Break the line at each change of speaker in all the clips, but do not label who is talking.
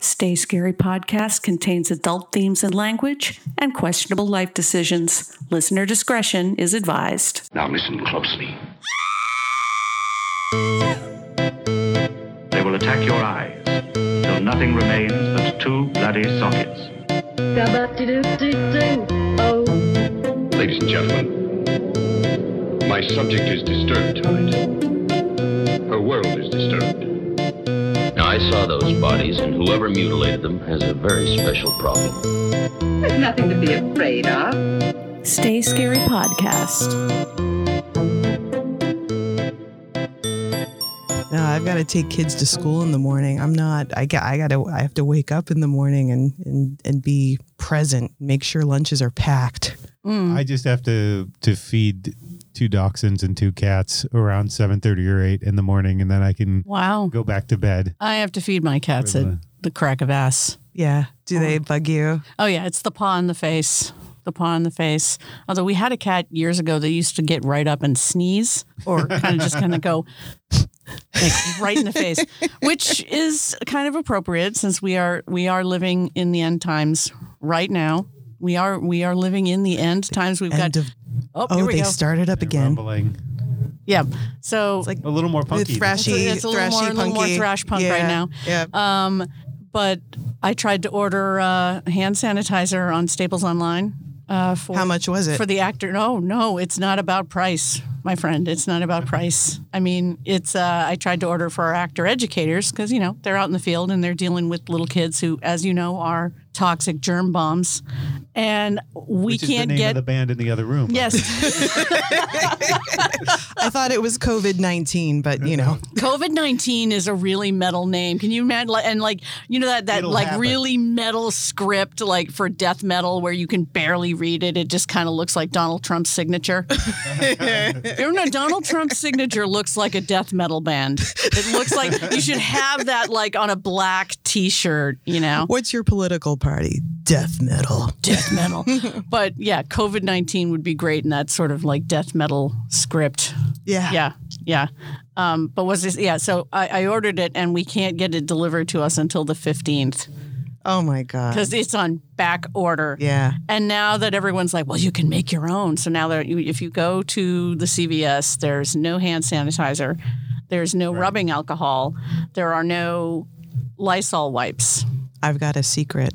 Stay Scary podcast contains adult themes and language and questionable life decisions. Listener discretion is advised.
Now listen closely. They will attack your eyes till nothing remains but two bloody sockets.
Oh,
Ladies and gentlemen, my subject is disturbed tonight. Her world is disturbed.
Now, I saw those bodies, and whoever mutilated them has a very special problem.
There's nothing to be afraid of.
Stay Scary podcast.
No, I've got to take kids to school in the morning. I'm not. I got. I got to. I have to wake up in the morning and and and be present. Make sure lunches are packed.
I just have to to feed two dachshunds and two cats around seven thirty or eight in the morning, and then I can
Wow.
go back to bed.
I have to feed my cats at the crack of ass.
Yeah. Do they bug you?
Oh, yeah. It's the paw in the face. The paw in the face. Although we had a cat years ago that used to get right up and sneeze or kind of just kind of go like, right in the face, which is kind of appropriate since we are we are living in the end times right now. We are we are living in the end times. We've
End
got
of.
oh,
Oh,
here we
they
go.
started up again.
Rumbling,
yeah. So
like
a little more
With
punky.
It's
thrashy,
a- it's a little
thrashy,
more- a
punky.
little more thrash punk
yeah.
right now.
Yeah.
Um, but I tried to order uh, hand sanitizer on Staples Online. Uh, for
How much was it?
for the actor? No, no, it's not about price, my friend. It's not about price. I mean, it's. Uh, I tried to order for our actor educators because you know they're out in the field and they're dealing with little kids who, as you know, are toxic germ bombs, and we
which is
can't
the name
get.
of the band in the other room.
Yes,
I thought it was COVID nineteen, but you know,
COVID nineteen is a really metal name. Can you imagine? like- And like you know that that
It'll
like
happen.
really metal script like for death metal where you can barely read it. It just kind of looks like Donald Trump's signature. You know, Donald Trump's signature looks like a death metal band. It looks like you should have that like on a black T-shirt. You know,
what's your political party? Death metal.
death metal. But yeah, COVID nineteen would be great in that sort of like death metal script
Yeah.
yeah, yeah. Um, but was this? Yeah. So I, I ordered it, and we can't get it delivered to us until the fifteenth
Oh my god.
because it's on back order.
Yeah.
And now that everyone's like, well, you can make your own. So now that you, if you go to the CVS, there's no hand sanitizer, there's no rubbing alcohol, there are no Lysol wipes.
I've got a secret.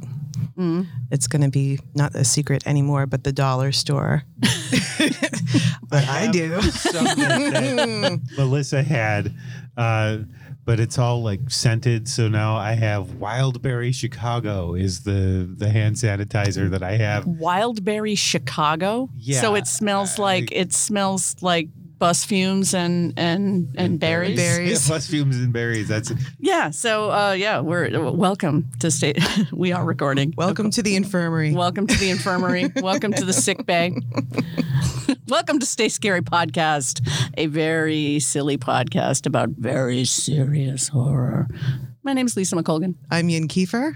It's going to be not a secret anymore, but the dollar store. but I do.
Something that Melissa had, uh, but it's all like scented. So now I have Wildberry Chicago is the the hand sanitizer that I have.
Wildberry Chicago.
Yeah.
So it smells like it smells like bus fumes and and and berries.
Berries.
Yeah, plus fumes and berries. That's
Yeah. So, uh, yeah, we're uh, welcome to state. we are recording.
Welcome to the infirmary.
Welcome to the infirmary. welcome to the sick bay. welcome to Stay Scary podcast, a very silly podcast about very serious horror. My name's Lisa McColgan.
I'm Yin Kiefer.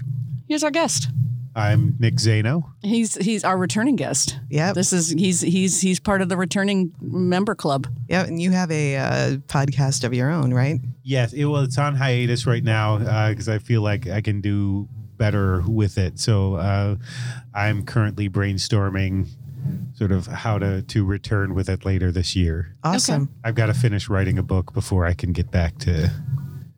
Here's our guest.
I'm Nick Zano.
He's he's our returning guest.
Yep.
This is he's he's he's part of the returning member club.
Yep. And you have a uh, podcast of your own, right?
Yes, it well, it's on hiatus right now because I feel like I can do better with it. So uh, I'm currently brainstorming sort of how to to return with it later this year.
Awesome.
I've got to finish writing a book before I can get back to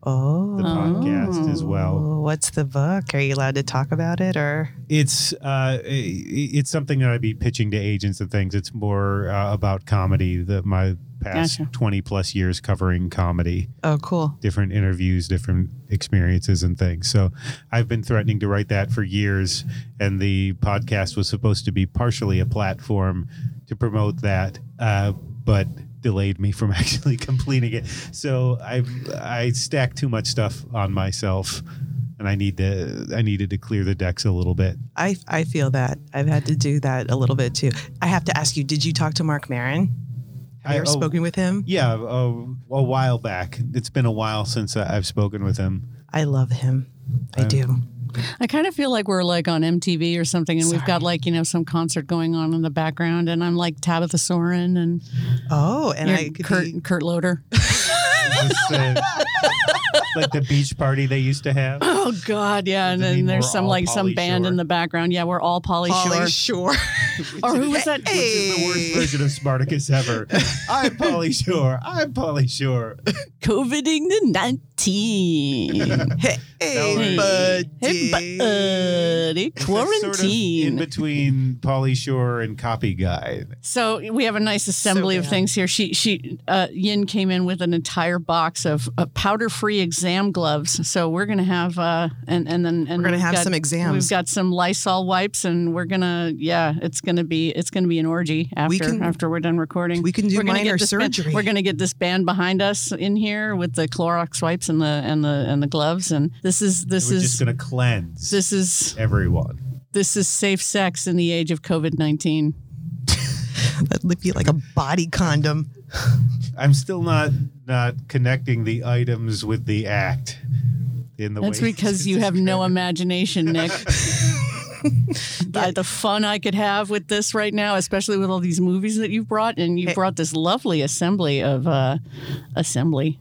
Oh.
the podcast as well.
Oh, What's the book? Are you allowed to talk about it or?
It's uh, i- i- it's something that I'd be pitching to agents and things. It's more uh, about comedy. That my past
Gotcha.
twenty plus years covering comedy.
Oh, cool.
different interviews, different experiences and things. So I've been threatening to write that for years and the podcast was supposed to be partially a platform to promote that uh, but delayed me from actually completing it. So I I stack too much stuff on myself and I need to I needed to clear the decks a little bit.
I, I feel that. I've had to do that a little bit too. I have to ask you, did you talk to Mark Marin? Have
I-
you ever
oh.
spoken with him?
Yeah, a, a while back. It's been a while since I- I've spoken with him.
I love him. I do.
I kind of feel like we're like on MTV or something, and we've got like you know some concert going on in the background, and I'm like Tabitha Soren and
Oh, and
You're
I could
Kurt,
be-
Kurt Loader.
Is this, uh, like the beach party they used to have.
Oh God, yeah. And
Does it mean
then there's
we're
some
all
like some
Pauly
band
Shore?
in the background. Yeah, we're all Polly Shore.
Polly Shore.
Or who was that?
Which is the worst version of Spartacus ever. I'm Polly Shore. I'm Polly Shore.
COVIDing the nineteen.
Hey, buddy.
Hey, buddy.
It's that Sort of in
Quarantine.
between Polly Shore and Copy Guy.
So we have a nice assembly
So
of
bad.
things here. She she uh, Yin came in with an entire box of uh, powder-free exam gloves. So we're gonna have uh and and then and
We're gonna
we've
have
got-
some exams.
We've got some Lysol wipes, and we're gonna yeah, it's gonna be it's gonna be an orgy after
We can-
after we're done recording.
we can do
we're gonna
minor
get this band-
surgery.
we're gonna get this band behind us in here with the Clorox wipes and the and the and the gloves, and this is this
We're just
is
going to cleanse
this is
everyone.
this is safe sex in the age of COVID nineteen.
That would be like a body condom.
I'm still not not connecting the items with the act. In the
That's
way
because you have no imagination, Nick. the, the fun I could have with this right now, especially with all these movies that you've brought, and you brought this lovely assembly of uh, assembly,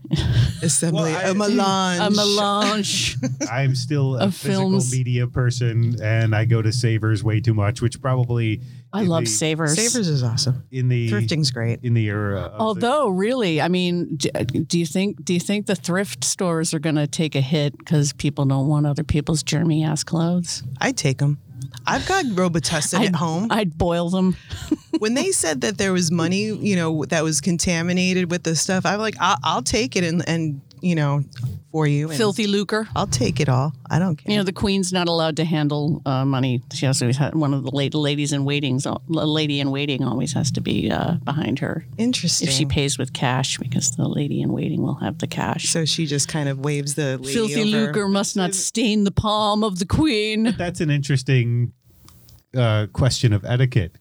Assembly.
Well, I-
a melange.
Mm, a melange.
I'm still a
Of
physical
films.
media person, and I go to Savers way too much, which probably
I
in
love
the,
savers.
Savers is awesome.
in the
Thrifting's great.
in the era. Of the-
Although, really, I mean, d- uh, do you think do you think the thrift stores are going to take a hit because people don't want other people's germy ass clothes?
I take them. I've got Robitussin at home.
I'd boil them.
when they said that there was money, you know, that was contaminated with this stuff, I'm like, I'll, I'll take it and, and you know, for you. And
Filthy lucre.
I'll take it all. I don't care.
You know, the queen's not allowed to handle uh, money. She also has one of the late ladies in waiting. A lady in waiting always has to be uh, behind her
Interesting.
if she pays with cash, because the lady in waiting will have the cash.
so she just kind of waves the lady
Filthy
over.
lucre must not stain the palm of the queen.
that's an interesting uh, question of etiquette.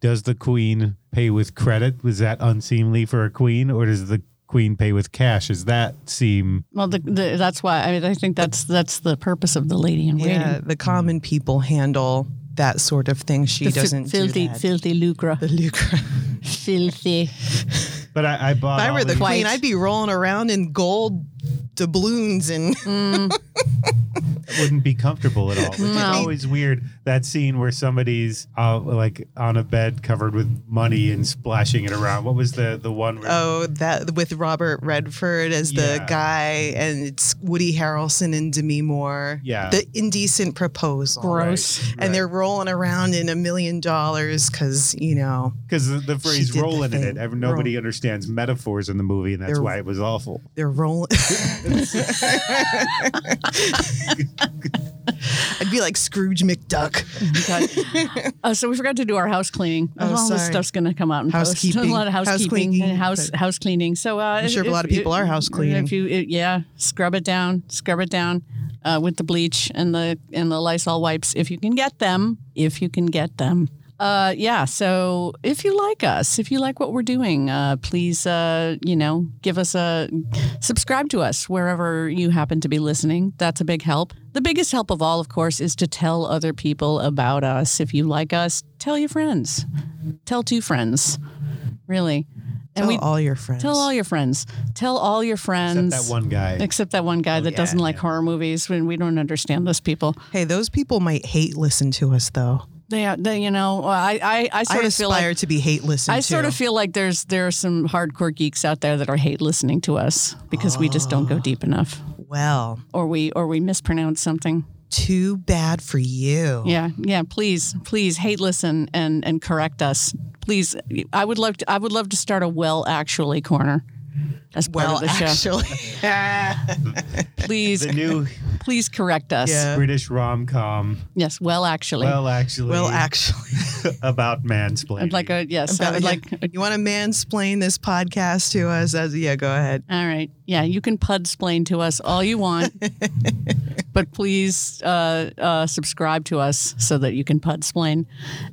Does the queen pay with credit? Was that unseemly for a queen, or does the queen pay with cash? Does that seem?
Well, the, the, that's why I mean I think that's that's the purpose of the lady in waiting.
Yeah, the common people handle that sort of thing. She
Mm. The fi-
doesn't
filthy,
do that.
filthy lucre,
the lucre.
filthy.
But I, I bought.
If I
all
were the
these-
Quite.
queen, I'd be rolling around in gold doubloons and
Mm.
wouldn't be comfortable at all. Which is
No.
always weird. That scene where somebody's uh, like on a bed covered with money and splashing it around. What was the the one? Where,
oh, that with Robert Redford as the
Yeah.
guy, and it's Woody Harrelson and Demi Moore.
Yeah.
the indecent proposal.
Gross.
And they're rolling around in a million dollars because you know
because the, the phrase
did the
"rolling in
thing.
it," ev- nobody understands metaphors in the movie, and that's
They're-
why it was awful.
they're rolling. I'd be like Scrooge McDuck.
God. Uh, so we forgot to do our house cleaning.
Oh,
All this
sorry.
stuff's going to come out in post.
Housekeeping.
A lot of housekeeping.
Housecleaning.
and House house cleaning. So uh, I'm
sure a lot of people are house cleaning.
If you it- yeah, scrub it down, scrub it down uh, with the bleach and the and the Lysol wipes if you can get them. If you can get them. Uh, yeah. So if you like us, if you like what we're doing, uh, please, uh, you know, give us a subscribe to us wherever you happen to be listening. That's a big help. The biggest help of all, of course, is to tell other people about us. If you like us, tell your friends. Tell two friends, really. And
Tell
we
Oh, all your friends.
tell all your friends. Tell all your
Except
friends.
that one guy.
Except that one guy that doesn't like horror movies. When we don't understand those people,
hey, those people might hate listen to us though.
they, uh, they you know, I, I, I
I
sort of
aspire
feel like
to be hate listened
I
to.
sort of feel like there's there are some hardcore geeks out there that are hate listening to us because we just don't go deep enough,
well,
or we or we mispronounce something.
too bad for you.
Yeah, yeah. Please, please hate listen and and correct us. Please, I would love to, I would love to start a well actually corner as part
Well,
of the show.
actually,
Please,
The new
please correct us.
Yeah.
British rom com.
Yes, well actually.
Well, actually,
well, actually,
about mansplaining.
I'd like a yes. I would like.
you want to mansplain this podcast to us? As yeah, go ahead.
All right. Yeah, you can pudsplain to us all you want, but please uh, uh, subscribe to us so that you can pudsplain.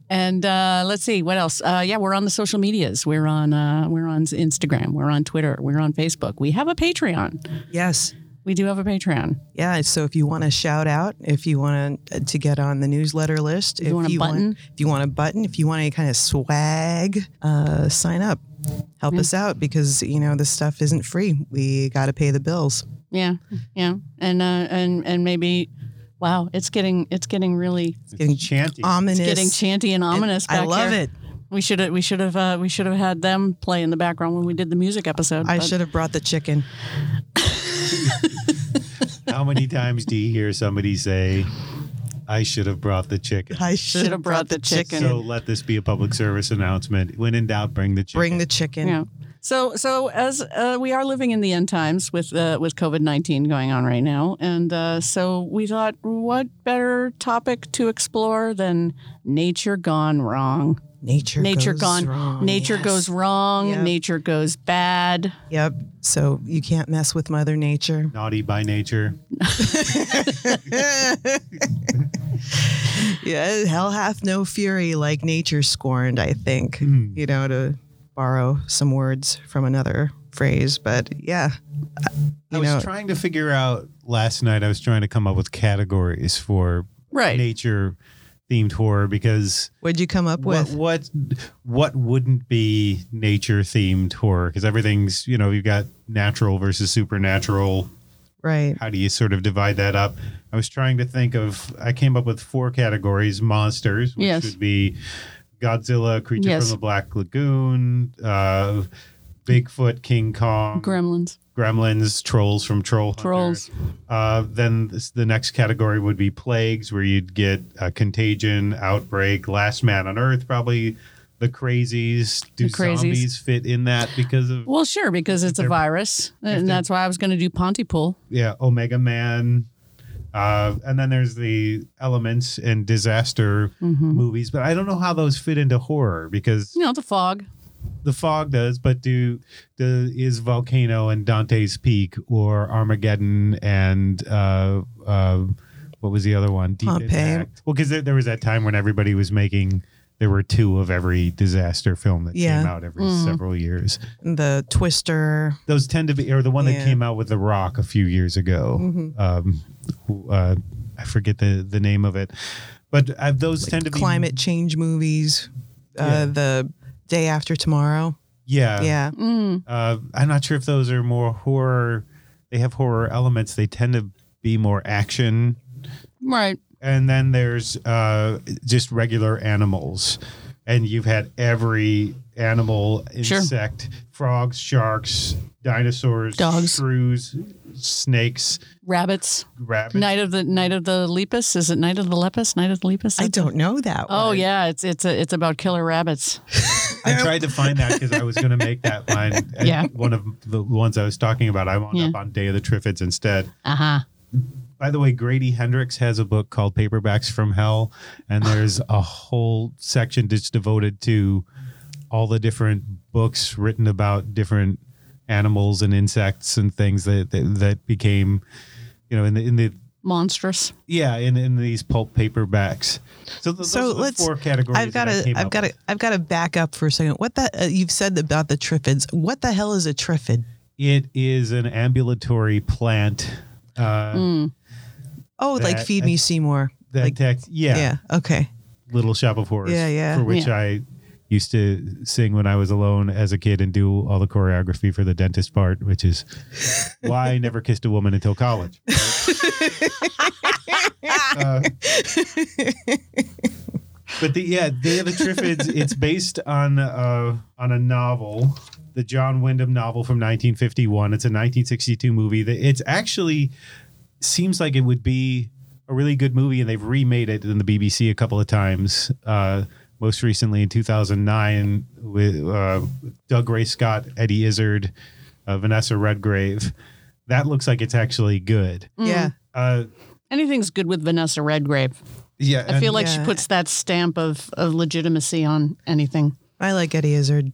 And uh, let's see what else. Uh, yeah, we're on the social medias. We're on uh, we're on Instagram. We're on Twitter. We're on Facebook. We have a Patreon.
Yes.
We do have a Patreon.
Yeah, so if you want a shout out, if you want to, to get on the newsletter list, if
want a button?
if you want a button, if you want any kind of swag, uh,
Hmm.
sign up. Help us out because you know this stuff isn't free. We got to pay the bills.
Yeah, yeah, and uh, and and maybe, wow, it's getting it's getting really
It's
getting
chanty.
Ominous.
it's getting chanty and ominous.
I
back
love
here.
it.
We should have we should have uh, we should have had them play in the background when we did the music episode.
I
but-
should have brought the chicken.
How many times do you hear somebody say, I should have brought the chicken?
I should,
have brought the chicken.
So let this be a public service announcement. When in doubt, bring the chicken.
Bring the chicken.
Yeah. So so as uh, we are living in the end times with uh, with COVID nineteen going on right now, and uh, so we thought, what better topic to explore than nature gone wrong?
Nature.
nature
goes
gone.
wrong.
Nature
Yes.
goes wrong.
Yep.
Nature goes bad.
Yep. So you can't mess with Mother Nature.
Naughty by nature.
Yeah, hell hath no fury like nature scorned, I think. You know, to borrow some words from another phrase, but yeah. I-
I
You
was
know,
trying to figure out last night, I was trying to come up with categories for
Right.
nature themed horror because
what'd you come up
what,
with?
what what wouldn't be nature themed horror because everything's you know you've got natural versus supernatural
Right.
how do you sort of divide that up? I was trying to think of. I came up with four categories: monsters, which
Yes.
would be Godzilla, creature
Yes.
from the Black Lagoon, uh, Bigfoot, King Kong,
Gremlins.
Gremlins, trolls from Troll Hunter.
Trolls.
Uh, then this, the next category would be plagues, where you'd get uh, contagion, outbreak, Last Man on Earth, probably. The crazies. Do
The crazies.
zombies fit in that because of
Well, sure, because it's a
they're-
virus, and
they're-
that's why I was going to do Pontypool.
yeah, Omega Man. Uh, and then there's the elements and disaster movies, but I don't know how those fit into horror because
You know, the fog.
the fog does. But do, do is volcano and Dante's Peak or Armageddon and uh, uh, what was the other one? Deep
Pompeii.
Impact. Well, because there, there was that time when everybody was making there were two of every disaster film that
Yeah.
came out every several years.
The twister.
Those tend to be, or the one that
Yeah.
came out with The Rock a few years ago. Um, who, uh, I forget the the name of it, but uh, those tend to be
climate change movies.
Yeah.
Uh, the day after tomorrow.
Yeah,
yeah.
Uh, I'm not sure if those are more horror. They have horror elements. They tend to be more action,
Right.
and then there's uh, just regular animals, and you've had every animal,
Sure.
insect, frogs, sharks, dinosaurs,
Dogs.
shrews, snakes,
Rabbits.
rabbits.
Night of the Night of the Lepus. Is it Night of the Lepus? Night of the Lepus.
I don't know that
Oh
one.
yeah, it's it's a, it's about killer rabbits.
I tried to find that because I was going to make that mine. and
Yeah.
One of the ones I was talking about. I wound
Yeah.
up on Day of the Triffids instead.
Uh
Uh-huh.
huh.
By the way, Grady Hendrix has a book called Paperbacks from Hell, and there's a whole section just devoted to all the different books written about different animals and insects and things that that, that became, you know, in the in the
Monstrous.
yeah in in these pulp paperbacks. So, th-
So
those are the
let's-
four categories.
I've got
that I
to.
came
I've
up
got to.
with.
I've got to back up for a second. What that uh, you've said about the triffids? What the hell is a triffid?
It is an ambulatory plant. Uh,
Oh, like
That-
feed me Seymour.
that
Mm. like,
tech, yeah,
yeah. Okay.
Little Shop of Horrors.
Yeah, yeah.
For which
Yeah.
I used to sing when I was alone as a kid and do all the choreography for the dentist part, which is why I never kissed a woman until college. Uh, but the yeah, Day of the Triffids. It's based on uh, on a novel, the John Wyndham novel from 1951. It's a 1962 movie. That it's actually seems like it would be a really good movie, and they've remade it in the BBC a couple of times. Uh, most recently in 2009 with uh, Doug Ray Scott, Eddie Izzard, uh, Vanessa Redgrave. That looks like it's actually good.
Yeah.
Uh,
Anything's good with Vanessa Redgrave.
yeah,
I feel like she
Yeah.
puts that stamp of, of legitimacy on anything.
I like Eddie Izzard.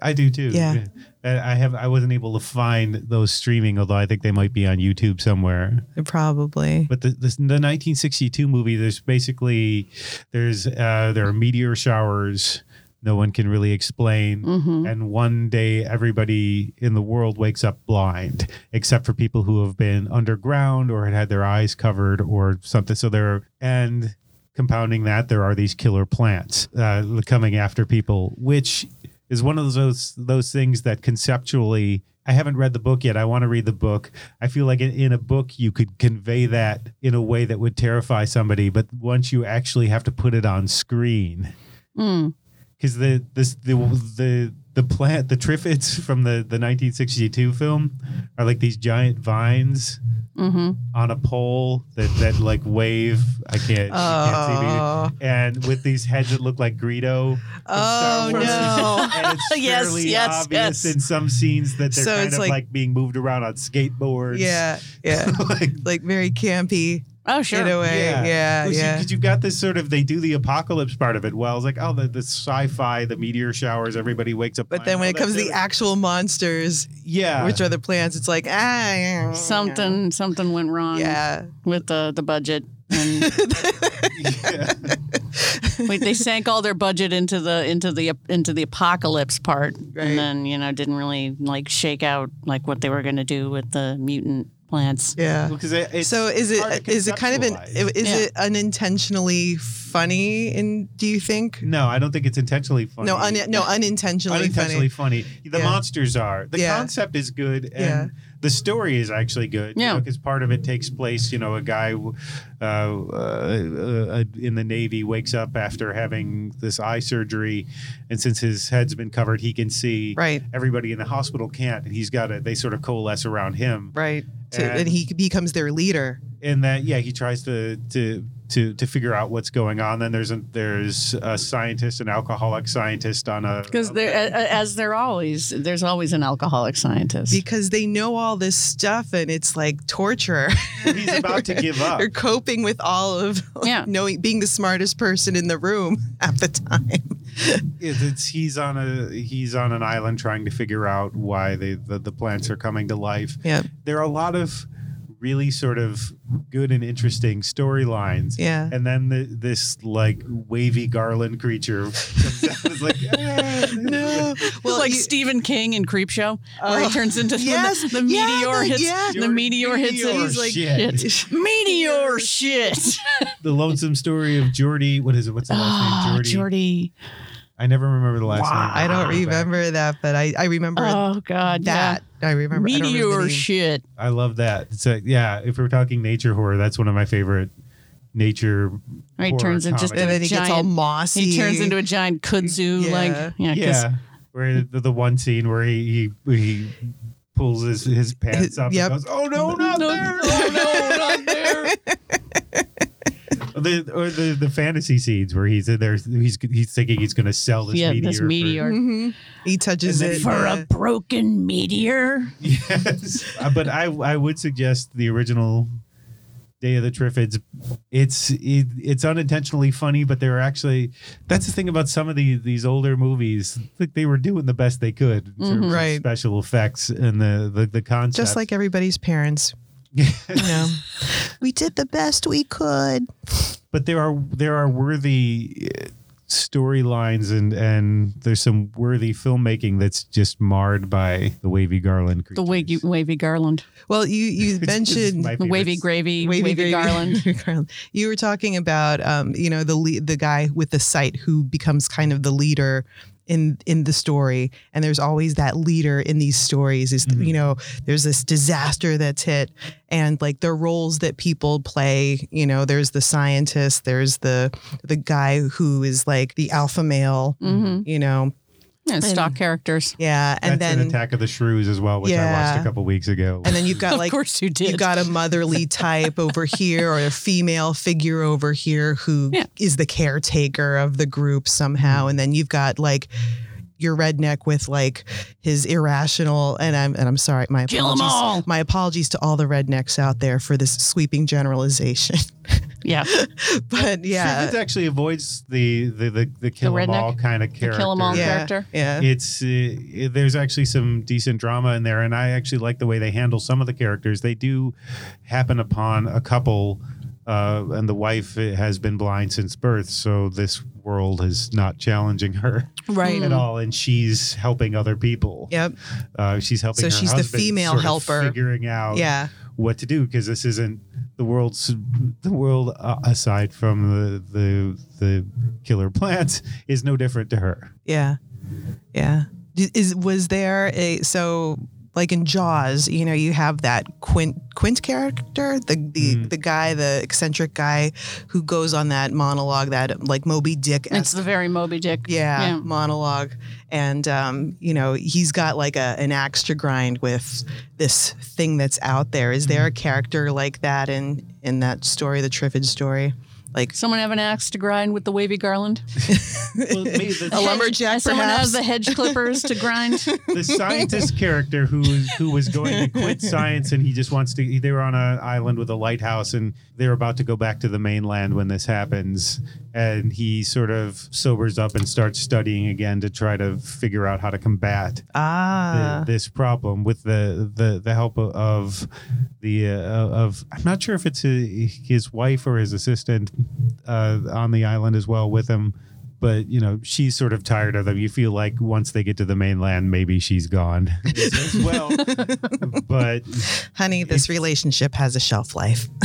I do too.
Yeah.
And I have. I wasn't able to find those streaming, although I think they might be on YouTube somewhere.
Probably.
But the the, the 1962 movie, there's basically there's uh, there are meteor showers. No one can really explain. And one day, everybody in the world wakes up blind, except for people who have been underground or had had their eyes covered or something. So there, are, and compounding that, there are these killer plants uh, coming after people, which is one of those those things that conceptually I haven't read the book yet. I want to read the book. I feel like in, in a book you could convey that in a way that would terrify somebody, but once you actually have to put it on screen,
Mm.
because the this the the the plant the triffids from the the 1962 film are like these giant vines
Mm-hmm.
on a pole that that like wave. I can't,
Oh.
I can't see me. And with these heads that look like Greedo. from Star
Oh,
Wars.
no.
And it's
Yes,
fairly
yes,
obvious
yes.
in some scenes that they're
So
kind
it's
of like,
like-
being moved around on skateboards.
Yeah, yeah.
like,
like very campy
Oh, sure.
in a way.
Yeah.
Yeah, yeah.
Because you've got this sort of they do the apocalypse part of it. Well, it's like oh the, the sci-fi, the meteor showers, everybody wakes up.
But
fine,
then when
all
it
that
comes to the
shit.
actual monsters,
yeah,
which are the plants, it's like ah yeah,
something something went wrong
Yeah,
with the the budget. And
yeah.
wait, they sank all their budget into the into the into the apocalypse part,
Right.
and then you know didn't really like shake out like what they were going to do with the mutant plants.
yeah.
because it, it's
so is
hard
it
to
is it kind of an
conceptualize.
is
Yeah.
it unintentionally funny? In do you think?
no, I don't think it's intentionally funny.
No, un, no, unintentionally,
unintentionally funny. The
Yeah.
monsters are. The
Yeah.
concept is good, and
Yeah.
the story is actually good.
Yeah.
because part of it takes place. You know, a guy uh, uh, uh, in the navy wakes up after having this eye surgery, and since his head's been covered, he can see.
funny, right?
Everybody in the hospital can't, and he's got to. They sort of coalesce around him,
Right. So-
And-
and, he becomes their leader.
and that yeah, he tries to to to to figure out what's going on. Then there's a there's a scientist, an alcoholic scientist on a
Because there, a- a- as there always, there's always an alcoholic scientist.
because they know all this stuff and it's like torture.
he's about to give up.
They're coping with all of
Yeah.
knowing being the smartest person in the room at the time.
It's, it's he's on a he's on an island trying to figure out why they, the the plants are coming to life.
Yeah.
There are a lot of really sort of good and interesting storylines.
Yeah.
And then the, this like wavy garland creature comes out and is like, "Ah,
No.
Well, like
you-
Stephen King in Creepshow, where he
Oh,
turns into the-
yes,
the,
yeah,
meteor
the-
hits
yeah.
the meteor hits it.
Meteor
He's like,
shit.
shit. meteor shit.
the lonesome story of Jordy. What is it? What's the last
Ah,
name? Jordy.
Jordy.
I never remember the last name.
I don't remember that, but I, I remember
Oh God,
that. I
yeah.
remember I don't remember the
meteor
name.
shit.
I love that. It's a, yeah. If we're talking nature horror, that's one of my favorite nature.
Right,
horror
turns into just
comedies.
And then he gets all
Giant-
mossy.
He turns into a giant kudzu,
Yeah.
like yeah, 'cause-
Yeah, where the, the one scene where he he, he pulls his, his pants up
Yep.
and goes, "Oh no, not
No,
there!
no,
Oh
no, not there.
no!" the, or the the fantasy scenes where he's in there, he's he's thinking he's going to sell this
yeah,
meteor.
this
for-
meteor
Mhm. He touches
And
it.
then
for
yeah.
a broken meteor.
yes, Uh, but I I would suggest the original. Day of the Triffids, it's it, it's unintentionally funny, but they're actually that's the thing about some of the, these older movies. Like they were doing the best they could, in terms
Mm-hmm.
of
Right.
Special effects and the the, the concept,
just like everybody's parents. You know, we did the best we could.
but there are there are worthy uh, storylines and and there's some worthy filmmaking that's just marred by the wavy garland creatures.
The wavy, wavy garland,
Well, you you
It's just
mentioned
my
the
favorite
wavy gravy, wavy,
gravy.
garland.
Garland. You were talking about, um, you know, the le- the guy with the sight who becomes kind of the leader in in the story, and there's always that leader in these stories. Is you know, there's this disaster that's hit, and like the roles that people play. You know, there's the scientist, there's the the guy who is like the alpha male.
hmm
You know,
Yeah, stock characters.
yeah, and
That's an
then
attack of the shrews as well, which I watched
Yeah.
a couple weeks ago.
and then you've got
of
like
course you did.
you got a motherly type over here or a female figure over here who is
Yeah. Mm-hmm.
the caretaker of the group somehow and then you've got like your redneck with like his irrational and I'm and I'm sorry my
Kill 'em
apologies
all.
my apologies to all the rednecks out there for this sweeping generalization
yeah,
but
Triffids
yeah
actually avoids the the the, the kill 'em
redneck?
all kind of character.
kill 'em all
yeah
character.
yeah
It's uh, there's actually some decent drama in there, and I actually like the way they handle some of the characters. They do happen upon a couple, uh, and the wife has been blind since birth, so this world is not challenging her
right
at all, and she's helping other people.
Mm. yep
Uh, she's helping.
So
her
she's the
husband
female
sort of
helper.
figuring out
yeah
what to do because this isn't the world's the world uh, aside from the the the killer plants is no different to her.
Yeah. Yeah. D- Is was there a so like in Jaws, you know, you have that Quint Quint character, the the, the guy, the eccentric guy who goes on that monologue, that like Moby Dick
It's the very Moby Dick.
yeah, monologue and um, you know he's got like a, an axe to grind with this thing that's out there is there a character like that in in that story the triffid story like
Someone have an axe to grind with the wavy garland?
Well, maybe the-
a lumberjack
Hedge- Someone has
perhaps
the hedge clippers to grind.
the scientist character who who was going to quit science and he just wants to they were on an island with a lighthouse and they're about to go back to the mainland when this happens and he sort of sobers up and starts studying again to try to figure out how to combat the-
ah
this problem with the the, the help of, of the uh, of I'm not sure if it's hi- his wife or his assistant uh, on the island as well with him. But you know she's sort of tired of them. You feel like once they get to the mainland, maybe she's gone as well. but
honey this relationship has a shelf life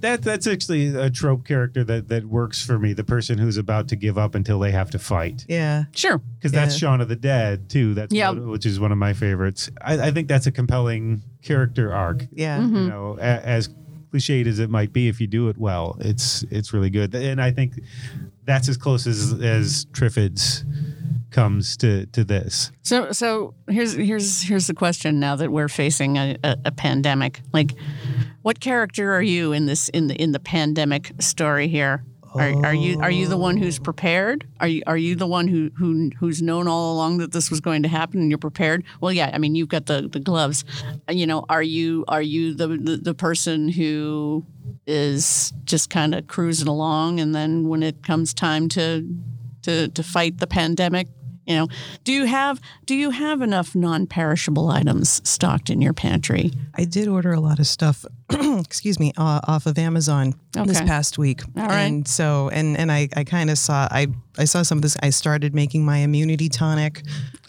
that that's actually a trope character that that works for me. The person who's about to give up until they have to fight.
yeah
Sure.
because that's Shaun of the Dead too. That's
Yeah.
one- which is one of my favorites. I, I think that's a compelling character arc.
yeah
You know, a, as cliched as it might be, if you do it well, it's it's really good. And I think that's as close as as Triffids comes to to this.
So so here's here's here's the question now that we're facing a, a, a pandemic. Like what character are you in this in the in the pandemic story here? Are, are you are you the one who's prepared? Are you are you the one who who who's known all along that this was going to happen and you're prepared? Well, yeah, I mean you've got the the gloves. You know, are you are you the the, the person who is just kind of cruising along and then when it comes time to to to fight the pandemic, you know, do you have do you have enough non-perishable items stocked in your pantry?
I did order a lot of stuff, excuse me, uh, off of Amazon this
Okay.
past week.
All right.
and so and and I, I kind of saw I I saw some of this. I started making my immunity tonic.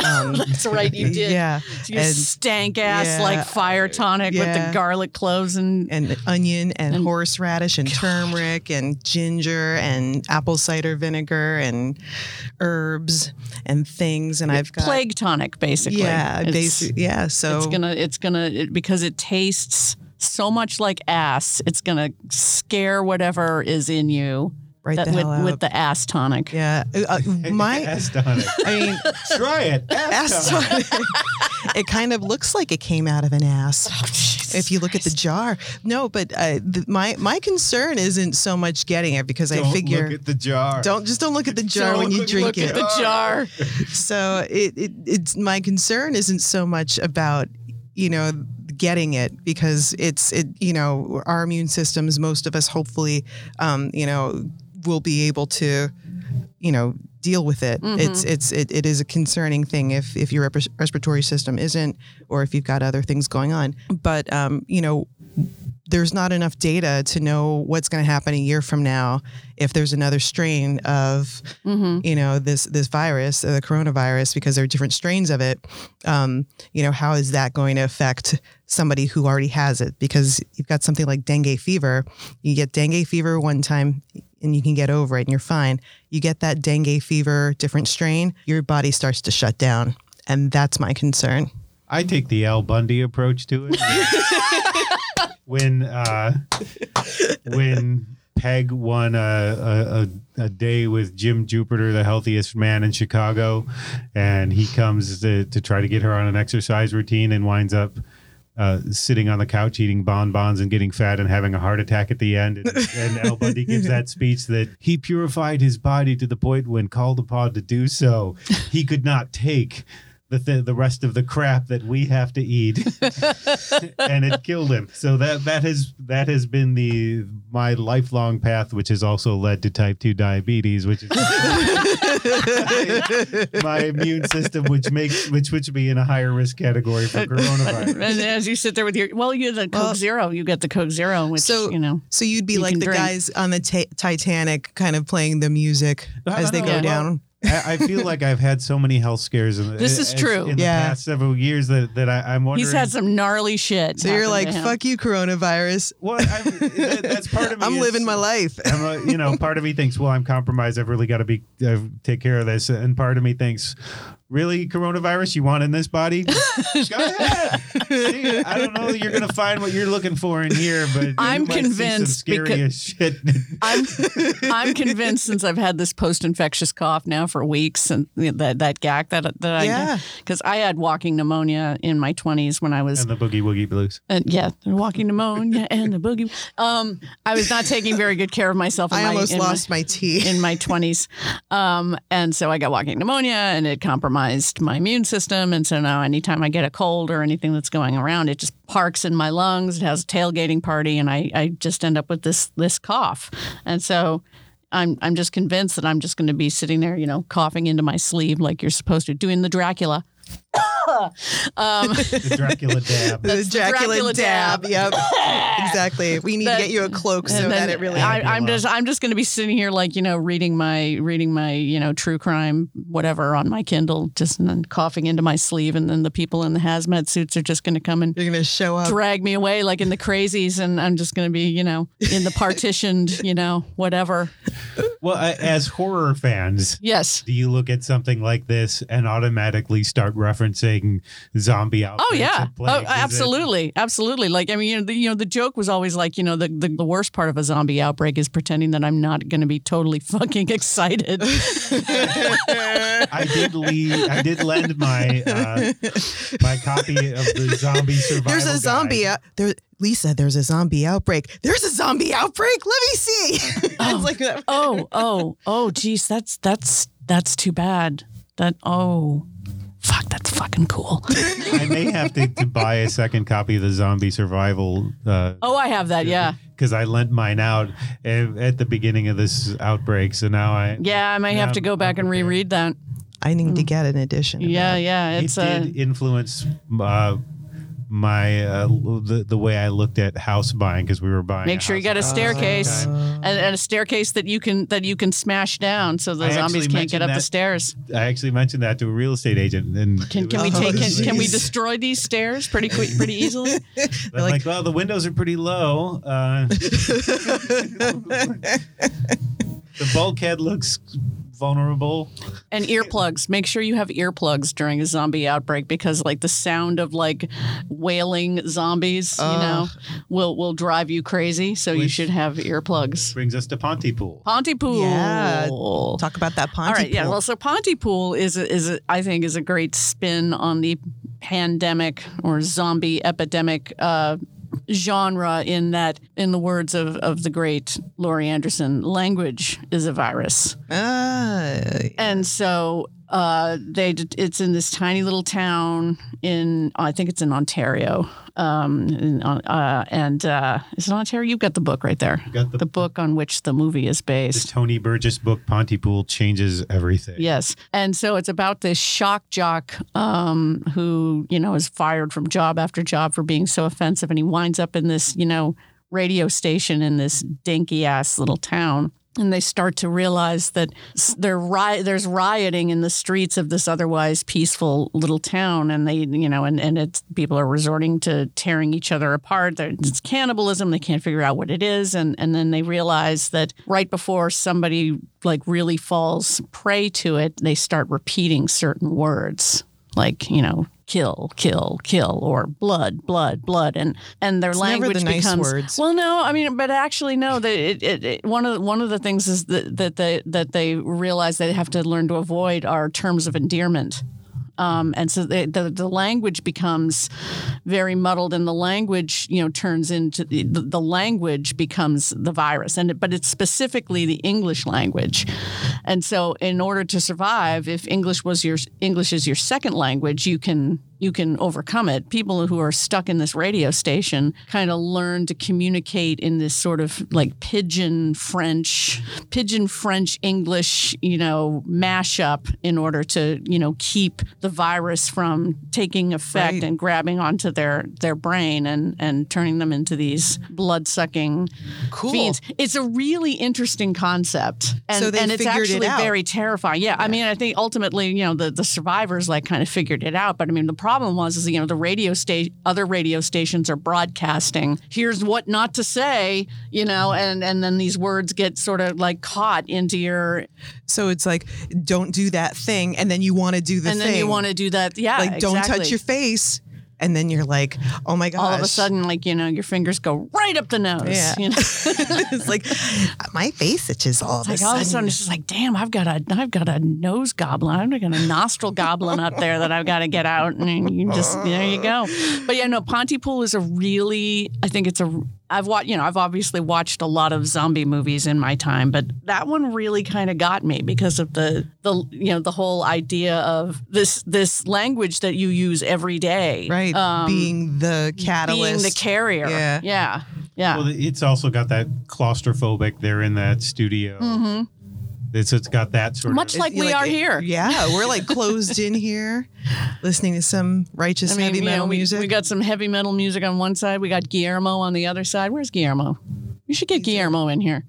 Um,
That's right, you
yeah,
Your
and,
stank ass
Yeah. uh,
like fire tonic with
Yeah.
the garlic cloves and
and onion and, horseradish and turmeric and ginger and apple cider vinegar and herbs and things. And I've got
plague tonic basically.
uh, yeah,
It's-
basi- yeah. So
it's gonna it's gonna it, because it tastes so much like ass. It's gonna scare whatever is in you
Right
that,
the
with,
hell
with
out.
the ass tonic.
yeah, uh, uh, my.
Ass tonic.
I mean,
Try it. Ass
ass
tonic.
tonic. it kind of looks like it came out of an ass
Oh,
if you look at the jar. No, but uh, the, my my concern isn't so much getting it because I
Don't
figure
look at the jar.
don't just don't look at the jar
Don't
when you
look-
drink
look
it.
at
the jar.
so it, it it's my concern isn't so much about you know getting it because it's it you know our immune systems most of us hopefully um, you know will be able to you know deal with it it's it's it, it is a concerning thing if if your repres- respiratory system isn't or if you've got other things going on but um you know there's not enough data to know what's going to happen a year from now if there's another strain of you know this this virus uh, the coronavirus because there are different strains of it um, you know how is that going to affect somebody who already has it because you've got something like dengue fever you get dengue fever one time and you can get over it and you're fine you get that dengue fever different strain your body starts to shut down and that's my concern
I take the Al Bundy approach to it. when uh, when Peg won a, a, a, a day with Jim Jupiter, the healthiest man in Chicago, and he comes to, to try to get her on an exercise routine and winds up uh, sitting on the couch eating bonbons and getting fat and having a heart attack at the end. And, and Al Bundy gives that speech that he purified his body to the point when called upon to do so, he could not take the th- the rest of the crap that we have to eat, and it killed him. So that that has that has been the my lifelong path, which has also led to type two diabetes, which is. my immune system which makes which which would be in a higher risk category for coronavirus
And as you sit there with your well, you the Coke
Well-
Zero, you get the Coke Zero, which
So-
you know.
so you'd be
You
like
can
the
drink.
guys on the ti- titanic kind of playing the music
No,
as
no,
they
no,
go
well,
down
I, I feel like I've had so many health scares in the,
This is
as-
true.
in
Yeah.
the past several years that, that I, I'm wondering
He's had some gnarly shit.
so you're
happen to
like
him.
fuck you coronavirus
well I, that, that's part of me
i'm
is-
living my life
I'm a, you know, part of me thinks, well, I'm compromised. I've really got to be uh, take care of this, and part of me thinks, really coronavirus you want in this body? Go ahead. See, I don't know. that You're gonna find what you're looking for in here, but
I'm
you might see some
convinced
scary
because-
as shit.
I'm I'm convinced since I've had this post-infectious cough now for weeks and that that gag that that
Yeah.
I because I had walking pneumonia in my 20s when I was
and the boogie woogie blues.
and yeah walking pneumonia and the boogie um I was not taking very good care of myself. in
I
my-
almost
in my-
lost my tea.
in my 20s. Um, and so I got walking pneumonia and it compromised my immune system. And so now, anytime I get a cold or anything that's going around, it just parks in my lungs. It has a tailgating party, and I, I just end up with this this cough. And so I'm, I'm just convinced that I'm just going to be sitting there, you know, coughing into my sleeve like you're supposed to, doing the Dracula.
The Dracula dab.
The
the
Dracula,
Dracula
dab.
dab.
Yep. exactly. We need
That-
to get you a cloak so
And
that
then
it really.
I, I'm just I'm just going to be sitting here like you know reading my reading my you know true crime whatever on my Kindle just and then coughing into my sleeve and then the people in the hazmat suits are just going to come and
you're gonna show up.
drag me away like in the crazies and I'm just going to be you know in the partitioned you know whatever
Well, I, as horror fans,
yes
do you look at something like this and automatically start referencing zombie outbreaks?
Oh yeah.
and
Oh,
plagues? Is it-
absolutely. Absolutely. Like I mean, you know, the, you know, the joke was always like, you know, the, the, the worst part of a zombie outbreak is pretending that I'm not going to be totally fucking excited.
I did leave. I did lend my uh, my copy of the zombie survival.
There's a zombie. uh.
guide.
Out, there, Lisa. There's a zombie outbreak. There's a zombie outbreak. Let me see. it's like that.
oh, oh, oh, geez, that's that's that's too bad. That oh, fuck, that's fucking cool.
I may have to, to buy a second copy of the zombie survival because
Oh, I have that. Yeah,
I lent mine out eh, at the beginning of this outbreak. So now I
yeah, I may have
Yeah,
to go
I'm
back and
prepared.
reread that.
I need to get an edition. of
Mm. Yeah,
that.
yeah, it's uh,
it
a.
did influence uh, my uh, l- the the way I looked at house buying because we were buying.
Make sure you
house
got a
at the
staircase
"Oh, same time.
and, and a staircase that you can that you can smash down so the
I
zombies
actually
can't get
mentioned
up the
that-
stairs.
I actually mentioned that to a real estate agent, and
Can, can we
Oh,
take can, can we
geez.
destroy these stairs pretty quick pretty easily?
I'm like, well, the windows are pretty low. Uh, the bulkhead looks vulnerable.
And earplugs. Make sure you have earplugs during a zombie outbreak because like the sound of like wailing zombies, you know, will will drive you crazy. So you
Which-
should have earplugs.
Brings us to Pontypool.
Pontypool.
Yeah. Talk about that Pontypool.
All right, yeah. Well, so Pontypool is a, is a, I think is a great spin on the pandemic or zombie epidemic uh, genre in that, in the words of of the great Laurie Anderson, language is a virus.
Ah,
And so uh, they d- it's in this tiny little town in oh, I think it's in Ontario. Um, in, on- uh, and uh, is it Ontario? You've got the book right there.
got the-
the book on which the movie is based.
This Tony Burgess book, Pontypool, changes everything.
Yes. And so it's about this shock jock um, who, you know, is fired from job after job for being so offensive. And he winds up in this, you know, radio station in this dinky ass little town. And they start to realize that s- they're ri- there's rioting in the streets of this otherwise peaceful little town. And they, you know, and, and it's people are resorting to tearing each other apart. There- It's cannibalism. They can't figure out what it is. And, and then they realize that right before somebody like really falls prey to it, they start repeating certain words like, you know, kill, kill, kill, or blood, blood, blood. And and their
never the
language
nice
becomes
words.
well no, I mean but actually no, that it, it, it one of the, one of the things is that, that they that they realize they have to learn to avoid are terms of endearment. Um, and so the, the the language becomes very muddled, and the language you know turns into the, the language becomes the virus, and it- but it's specifically the English language, and so in order to survive, if English was your English is your second language, you can you can overcome it. People who are stuck in this radio station kind of learn to communicate in this sort of like pigeon French, pigeon French English, you know, mashup in order to, you know, keep the virus from taking effect
Right.
and grabbing onto their their brain and and turning them into these blood sucking
cool.
fiends. It's a really interesting concept. And,
So they
and it's
figured
actually
it
actually
out.
very terrifying. Yeah, I mean, I think ultimately, you know, the, the survivors like kind of figured it out. But I mean, the problem was is you know the radio station, other radio stations are broadcasting. Here's what not to say, you know, and and then these words get sort of like caught into your,
So it's like, don't do that thing, and then you want to do the
and
thing.
then you want to do that. Yeah,
like, don't touch
exactly.
your face, and then you're like, oh my gosh.
All of a sudden, like you know, your fingers go right up the nose.
Yeah.
you know?
it's like my face itches all of a
Like all
sudden.
of a sudden, it's just like, damn, I've got a, I've got a nose goblin, I've got a nostril goblin up there that I've got to get out, and you just there you go. But yeah, no, Pontypool is a really, I think it's a, I've watched, you know, I've obviously watched a lot of zombie movies in my time, but that one really kind of got me because of the, the, you know, the whole idea of this, this language that you use every day,
right?
Um,
being the catalyst.
being the carrier,
Yeah.
yeah, yeah.
Well, it's also got that claustrophobic. They're in that studio.
Mm-hmm.
It's, it's got that sort
Much
of.
like we are here.
Yeah, we're like closed in here, listening to some righteous heavy
you know,
metal
we,
music.
We got some heavy metal music on one side. We got Guillermo on the other side. Where's Guillermo? You should get Guillermo in here.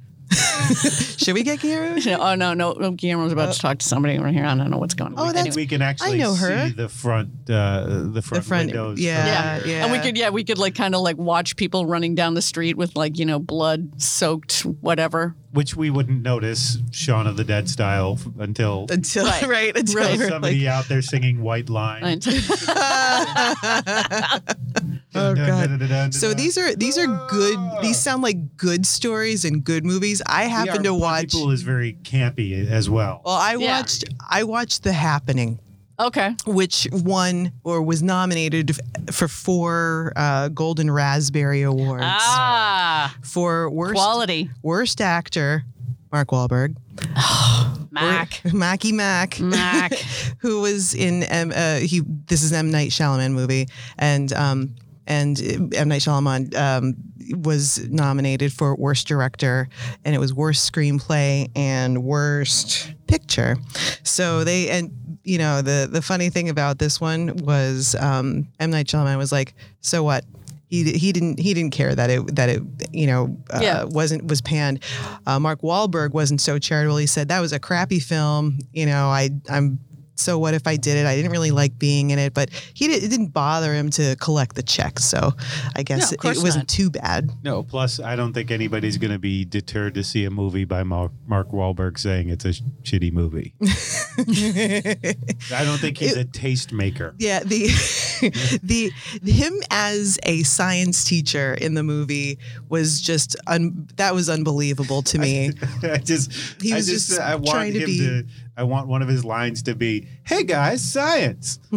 Should we get Kira?
No, oh no, no, no, Guillermo's about to talk to somebody over here. I don't know what's going on.
Uh, Oh, that's-
we can actually
know her.
see the front, uh, the front,
The front,
windows. uh,
yeah, yeah,
And we could, yeah, we could like kind of like watch people running down the street with like you know blood soaked whatever.
which we wouldn't notice Shaun of the Dead style f- until
until right,
Right.
until
Right.
we're
somebody
like,
out there singing White Line.
And-
oh god.
Dun-dun-dun-dun-dun-dun.
So these are these are good. These sound like good stories and good movies. I happen to watch.
People is very campy as well.
Well, I
Yeah.
watched I watched The Happening,
okay,
which won or was nominated f- for four uh, Golden Raspberry Awards
ah,
for worst
quality,
worst actor, Mark Wahlberg,
Mac,
Mackie Mac,
Mac.
who was in M, uh, he. This is M Night Shyamalan movie, and um and M Night Shyamalan um was nominated for worst director, and it was worst screenplay and worst picture. So they and you know the the funny thing about this one was um M Night Shyamalan was like, so what. He, he didn't he didn't care that it that it you know uh,
Yeah.
wasn't was panned. Uh, Mark Wahlberg wasn't so charitable. He said that was a crappy film. You know, I I'm so what if I did it? I didn't really like being in it, but he did, it didn't bother him to collect the check. So I guess
of
it,
course
wasn't
not.
too bad.
No, plus I don't think anybody's going to be deterred to see a movie by Mar- Mark Wahlberg saying it's a sh- shitty movie. I don't think he's a tastemaker.
Yeah, the the him as a science teacher in the movie was just un, that was unbelievable to me.
I just,
He
I
was just
I want
trying to
him
be-
to. I want one of his lines to be, "Hey guys, science."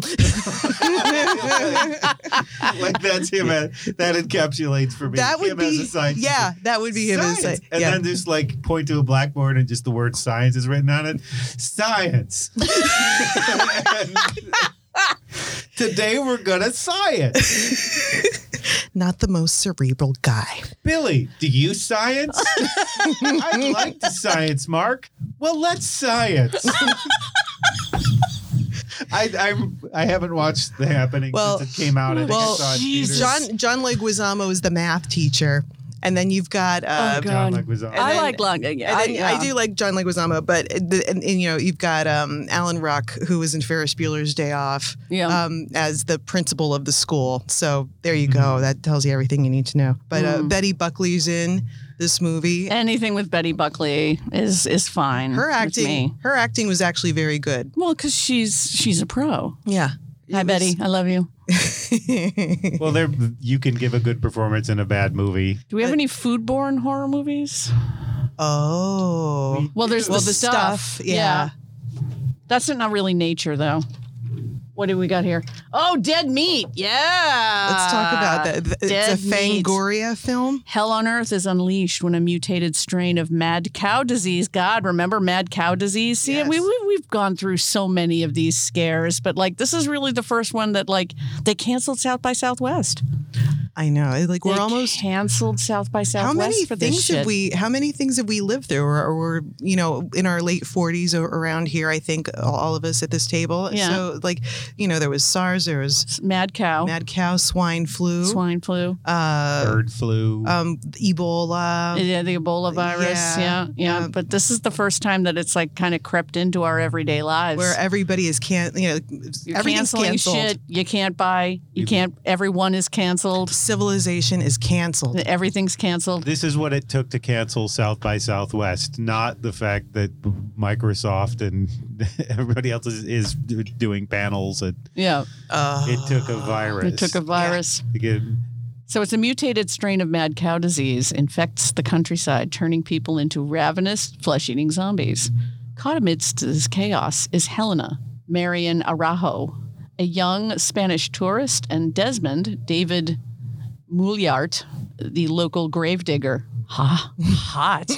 like that's him. At, that encapsulates for me.
that would
him as
be
a science
yeah, that would be him
science.
as a,
and
yeah.
then just like point to a blackboard and just the word science is written on it. Science. And today we're gonna science.
not the most cerebral guy.
Billy, do you science? I'd like to science, Mark. Well, let's science. I, I'm I haven't watched The Happening
Well-
since it came out. I think
well,
I saw it in
Jesus.
theaters.
John John Leguizamo is the math teacher, and then you've got uh,
Oh, God.
John Leguizamo.
I
then-
like long.
And
I,
then,
yeah.
I do like John Leguizamo, but the, and, and, you know you've got um, Alan Ruck, who was in Ferris Bueller's Day Off,
Yeah.
um, as the principal of the school. So there you go.
Mm-hmm.
That tells you everything you need to know. But uh, Betty Buckley's in this movie.
anything with Betty Buckley is is fine.
her
with
acting,
me.
her acting was actually very good.
Well, because she's she's a pro.
Yeah.
Hi, Betty. I love you.
Well, there you can give a good performance in a bad movie.
Do we have any foodborne horror movies?
Oh.
Well, there's
Well,
the,
the
stuff.
stuff, yeah.
That's not really nature, though. What do we got here? Oh, dead meat. Yeah.
Let's talk about that. Th-
Uh, dead
It's a
meat.
Fangoria film.
Hell on Earth is unleashed when a mutated strain of mad cow disease. God, remember mad cow disease? See, we, we we've gone through so many of these scares, but like this is really the first one that like they canceled South by Southwest.
I know. It's like we're
They
almost
canceled South by Southwest
how many
for this
things
shit.
have we how many things have we lived through or, or you know in our late 40s or around here i think all of us at this table
Yeah.
so like you know there was sars there was
Mad cow,
mad cow swine flu
swine flu,
uh
Bird flu.
um ebola
yeah, the Ebola virus.
Oh.
Yeah,
yeah,
yeah.
um,
but this is the first time that it's like kind of crept into our everyday lives.
where everybody is can you know
You're
everything's
canceling
canceled
shit. You can't buy. You can't. Everyone is canceled.
civilization is canceled
Everything's canceled.
this is what it took to cancel South by Southwest, not the fact that Microsoft and everybody else is, is doing panels. It,
Yeah,
uh,
it took a virus.
it took a virus.
to get-
So it's a mutated strain of mad cow disease infects the countryside, turning people into ravenous, flesh-eating zombies. Caught amidst this chaos is Helena Marion Arajo, a young Spanish tourist, and Desmond David Mouliart, the local gravedigger. Ha, hot.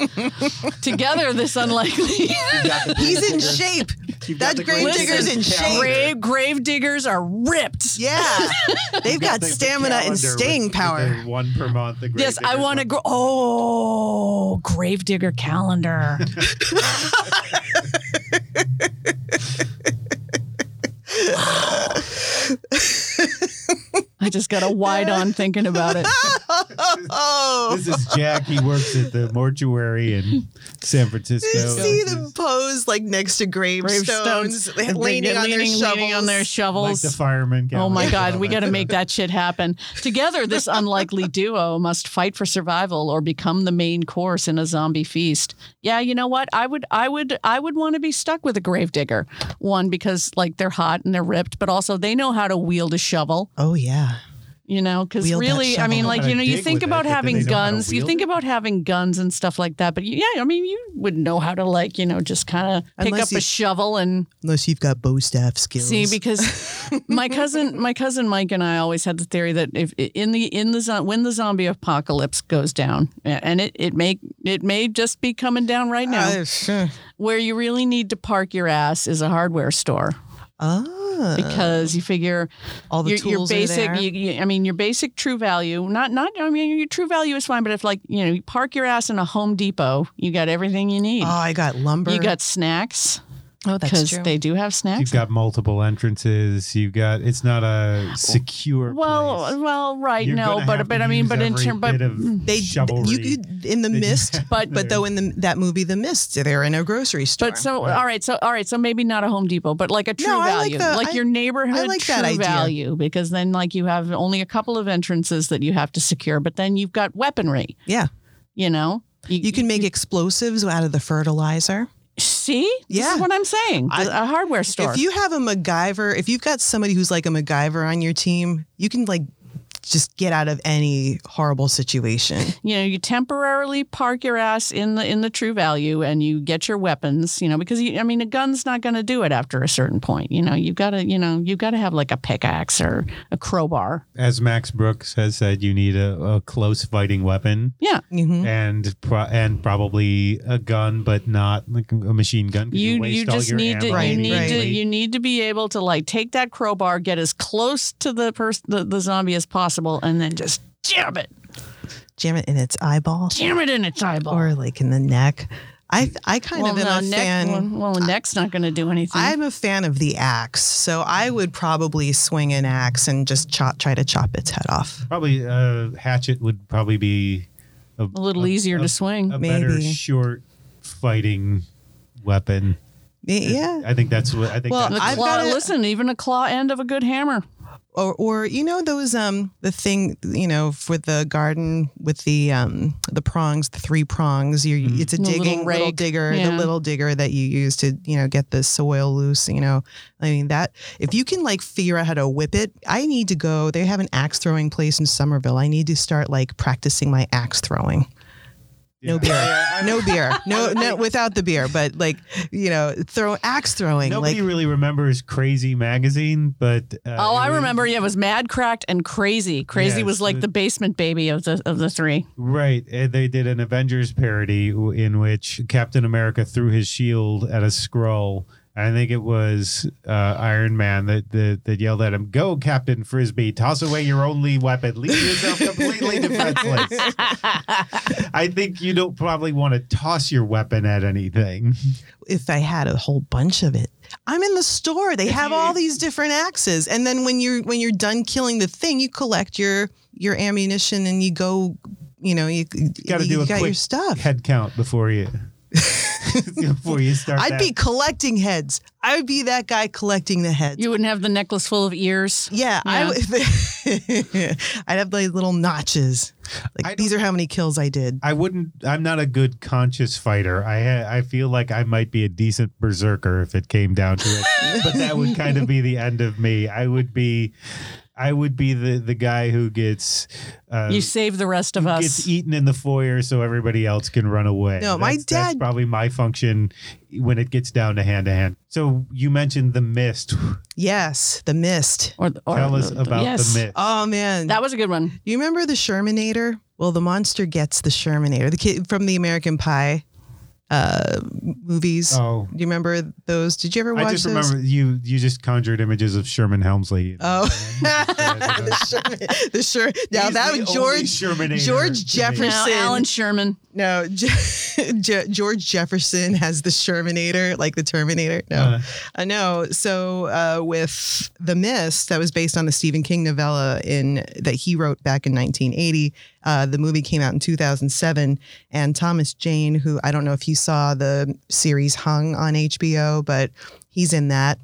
Together, this unlikely
he's in shape that grave digger's in shape
grave gravediggers are ripped.
yeah they've got
the
stamina and
calendar
staying
with- with
power
the one per month. the
Yes, I
Gravedigger's
want to go.
one.
Oh, Gravedigger calendar. I just got a wide on thinking about it.
oh
This is Jack. He works at the mortuary in San Francisco.
You see them pose like next to gravestones,
Gravestones,
leaning, on,
leaning-
their
leaning on their
shovels.
like
shovels.
the fireman.
Oh my
calendar.
God, we got to make that shit happen. Together, this unlikely duo must fight for survival or become the main course in a zombie feast. Yeah, you know what? I would, I would, I would want to be stuck with a gravedigger. One because like they're hot and they're ripped, but also they know how to wield a shovel.
Oh yeah,
You know, because
Wield that
really, I
shovel.
mean,
Know
like
how
you
to
know, you
dig
think
with it,
about
but then
having
they know how to
guns. You
wield
think
it?
about having guns and stuff like that. But yeah, I mean, you would know how to like you know just kind of pick
Unless
up
you-
a shovel and
unless you've got bow staff skills.
See, because my cousin, my cousin Mike and I always had the theory that if in the in the zo- when the zombie apocalypse goes down, and it it may it may just be coming down right now,
Uh,
where you really need to park your ass is a hardware store
ah,
because you figure
all the
your, your
tools
basic,
are there.
You, you, I mean, your basic true value. Not not. I mean, your true value is fine, but if like you know, you park your ass in a Home Depot, you got everything you need.
oh, I got lumber.
you got snacks
oh,
because they do have
You've
snacks.
got multiple entrances. You've got. It's not a secure.
Well,
place.
well, right.
You're
no,
gonna
but
have
but
to
I mean,
use
but in
every
terms, but
bit of
They
chivalry.
you could in the
you
mist,
have
but-
there.
but though in the that movie The Mist, they're in a grocery store.
but so all right, so all right, so maybe not a Home Depot, but like a true
No, I like
value,
the-
like
I-
your neighborhood
I like
true
that idea.
value, because then like you have only a couple of entrances that you have to secure, but then you've got weaponry.
yeah,
You know,
you can make explosives out of the fertilizer.
see. this
Yeah.
is what I'm saying.
I-
a hardware store.
If you have a MacGyver, if you've got somebody who's like a MacGyver on your team, you can like just get out of any horrible situation.
you know you temporarily park your ass in the in the true value and you get your weapons you know because you, i mean a gun's not going to do it after a certain point you know you've got to you know you've got to have like a pickaxe or a crowbar
as Max Brooks has said, you need a, a close fighting weapon
yeah
hmm
and pro- and probably a gun, but not like a machine gun. 'cause
you
waste
you
all
just
your
need to
ammo
you
Right,
need to
right.
you need to be able to like take that crowbar get as close to the person the, the zombie as possible and then just jam it
Jam it in its eyeball.
jam it in its eyeball
or like in the neck. I I kind of am a
neck-
fan.
well, well, neck's not going to do anything
I'm a fan of the axe, so I would probably swing an axe and just chop, try to chop its head off.
Probably a hatchet would probably be a,
a little easier to swing
a better
Maybe.
short fighting weapon.
Yeah,
I think that's what I think.
Well,
that's
The
I've
claw,
got a-
listen, even a claw end of a good hammer.
or or you know those um the thing you know for the garden with the um the prongs, the three prongs. You it's a
The little
digging little,
rake,
digger,
yeah.
the little digger that you use to you know get the soil loose. You know, I mean that if you can like figure out how to whip it, I need to go. They have an axe throwing place in Somerville. I need to start like practicing my axe throwing. No beer. no beer. No, no, without the beer, but like, you know, throw axe throwing.
Nobody
like,
really remembers Crazy Magazine, but
oh,
uh, it
I
was-
remember. Yeah, it was mad, cracked, and crazy. Crazy
Yes,
was like
the-
the, basement baby of the of the three.
Right. And they did an Avengers parody w- in which Captain America threw his shield at a scroll I think it was uh, Iron Man that, that that yelled at him, "Go, Captain Frisbee! Toss away your only weapon. Leave yourself completely defenseless." I think you don't probably want to toss your weapon at anything.
if I had a whole bunch of it. I'm in the store. They have all these different axes. And then when you're when you're done killing the thing, you collect your your ammunition and you go, you know, you, you
Got to do a
got
quick
your stuff.
head count before you before you start.
I'd
that.
be collecting heads. I would be that guy collecting the heads.
You wouldn't have the necklace full of ears.
yeah, I
Yeah.
would, I'd have like little notches.
I
Like these are how many kills I did.
I wouldn't. I'm not a good conscious fighter. I ha- I feel like I might be a decent berserker if it came down to it. but that would kind of be the end of me. I would be, I would be the the guy who gets uh,
You save the rest of
gets e
us.
eaten in the foyer so everybody else can run away.
No, my
That's- that's
dad-
probably my function when it gets down to hand to hand. So you mentioned the mist.
Yes, the mist.
Or, the- or
Tell us
the-
about
yes.
the mist.
Oh man.
That was a good one.
you remember the Shermanator? Well, the monster gets the Shermanator, the kid from the American Pie uh, movies.
oh.
Do you remember those? Did you ever watch
I just
those?
remember you. You just conjured images of Sherman Helmsley.
Oh, the Sherman. The Sher- now
He's
that
the
was
only
George
Shermanator
George
to me.
Jefferson.
Now, Alan Sherman.
No, Je- Je- George Jefferson has the Shermanator, like the Terminator. No,
Uh.
I know. So uh, with The Mist, that was based on the Stephen King novella in that he wrote back in 1980. Uh, the movie came out in 2007, and Thomas Jane, who I don't know if you saw the series Hung on HBO, but he's in that.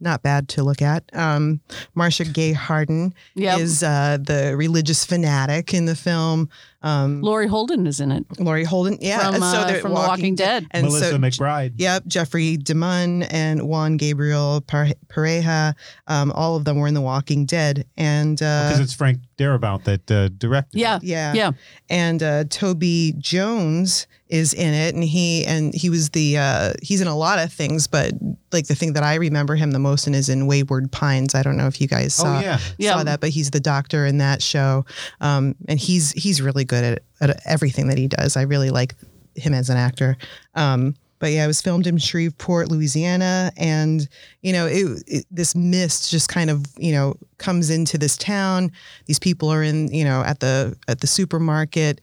Not bad to look at. Um, Marcia Gay Harden
Yep.
is uh, the religious fanatic in the film. Um,
Laurie Holden is in it.
Lori Holden, yeah,
From,
and
uh,
they're
from The Walking Dead.
and
Melissa
so,
McBride.
yep, Jeffrey DeMunn and Juan Gabriel Par- Pareja, um, all of them were in The Walking Dead, and
because
uh,
Oh, it's Frank Darabont that uh, directed.
Yeah.
yeah,
Yeah.
and uh, Toby Jones is in it, and he and he was the uh, he's in a lot of things, but like the thing that I remember him the most in is in Wayward Pines. I don't know if you guys saw
Oh yeah,
Yeah.
saw that, but he's the doctor in that show, um, and he's he's really good at, at everything that he does. I really like him as an actor. Um, but yeah, it was filmed in Shreveport, Louisiana, and you know, it, it, this mist just kind of you know comes into this town. These people are in you know at the at the supermarket.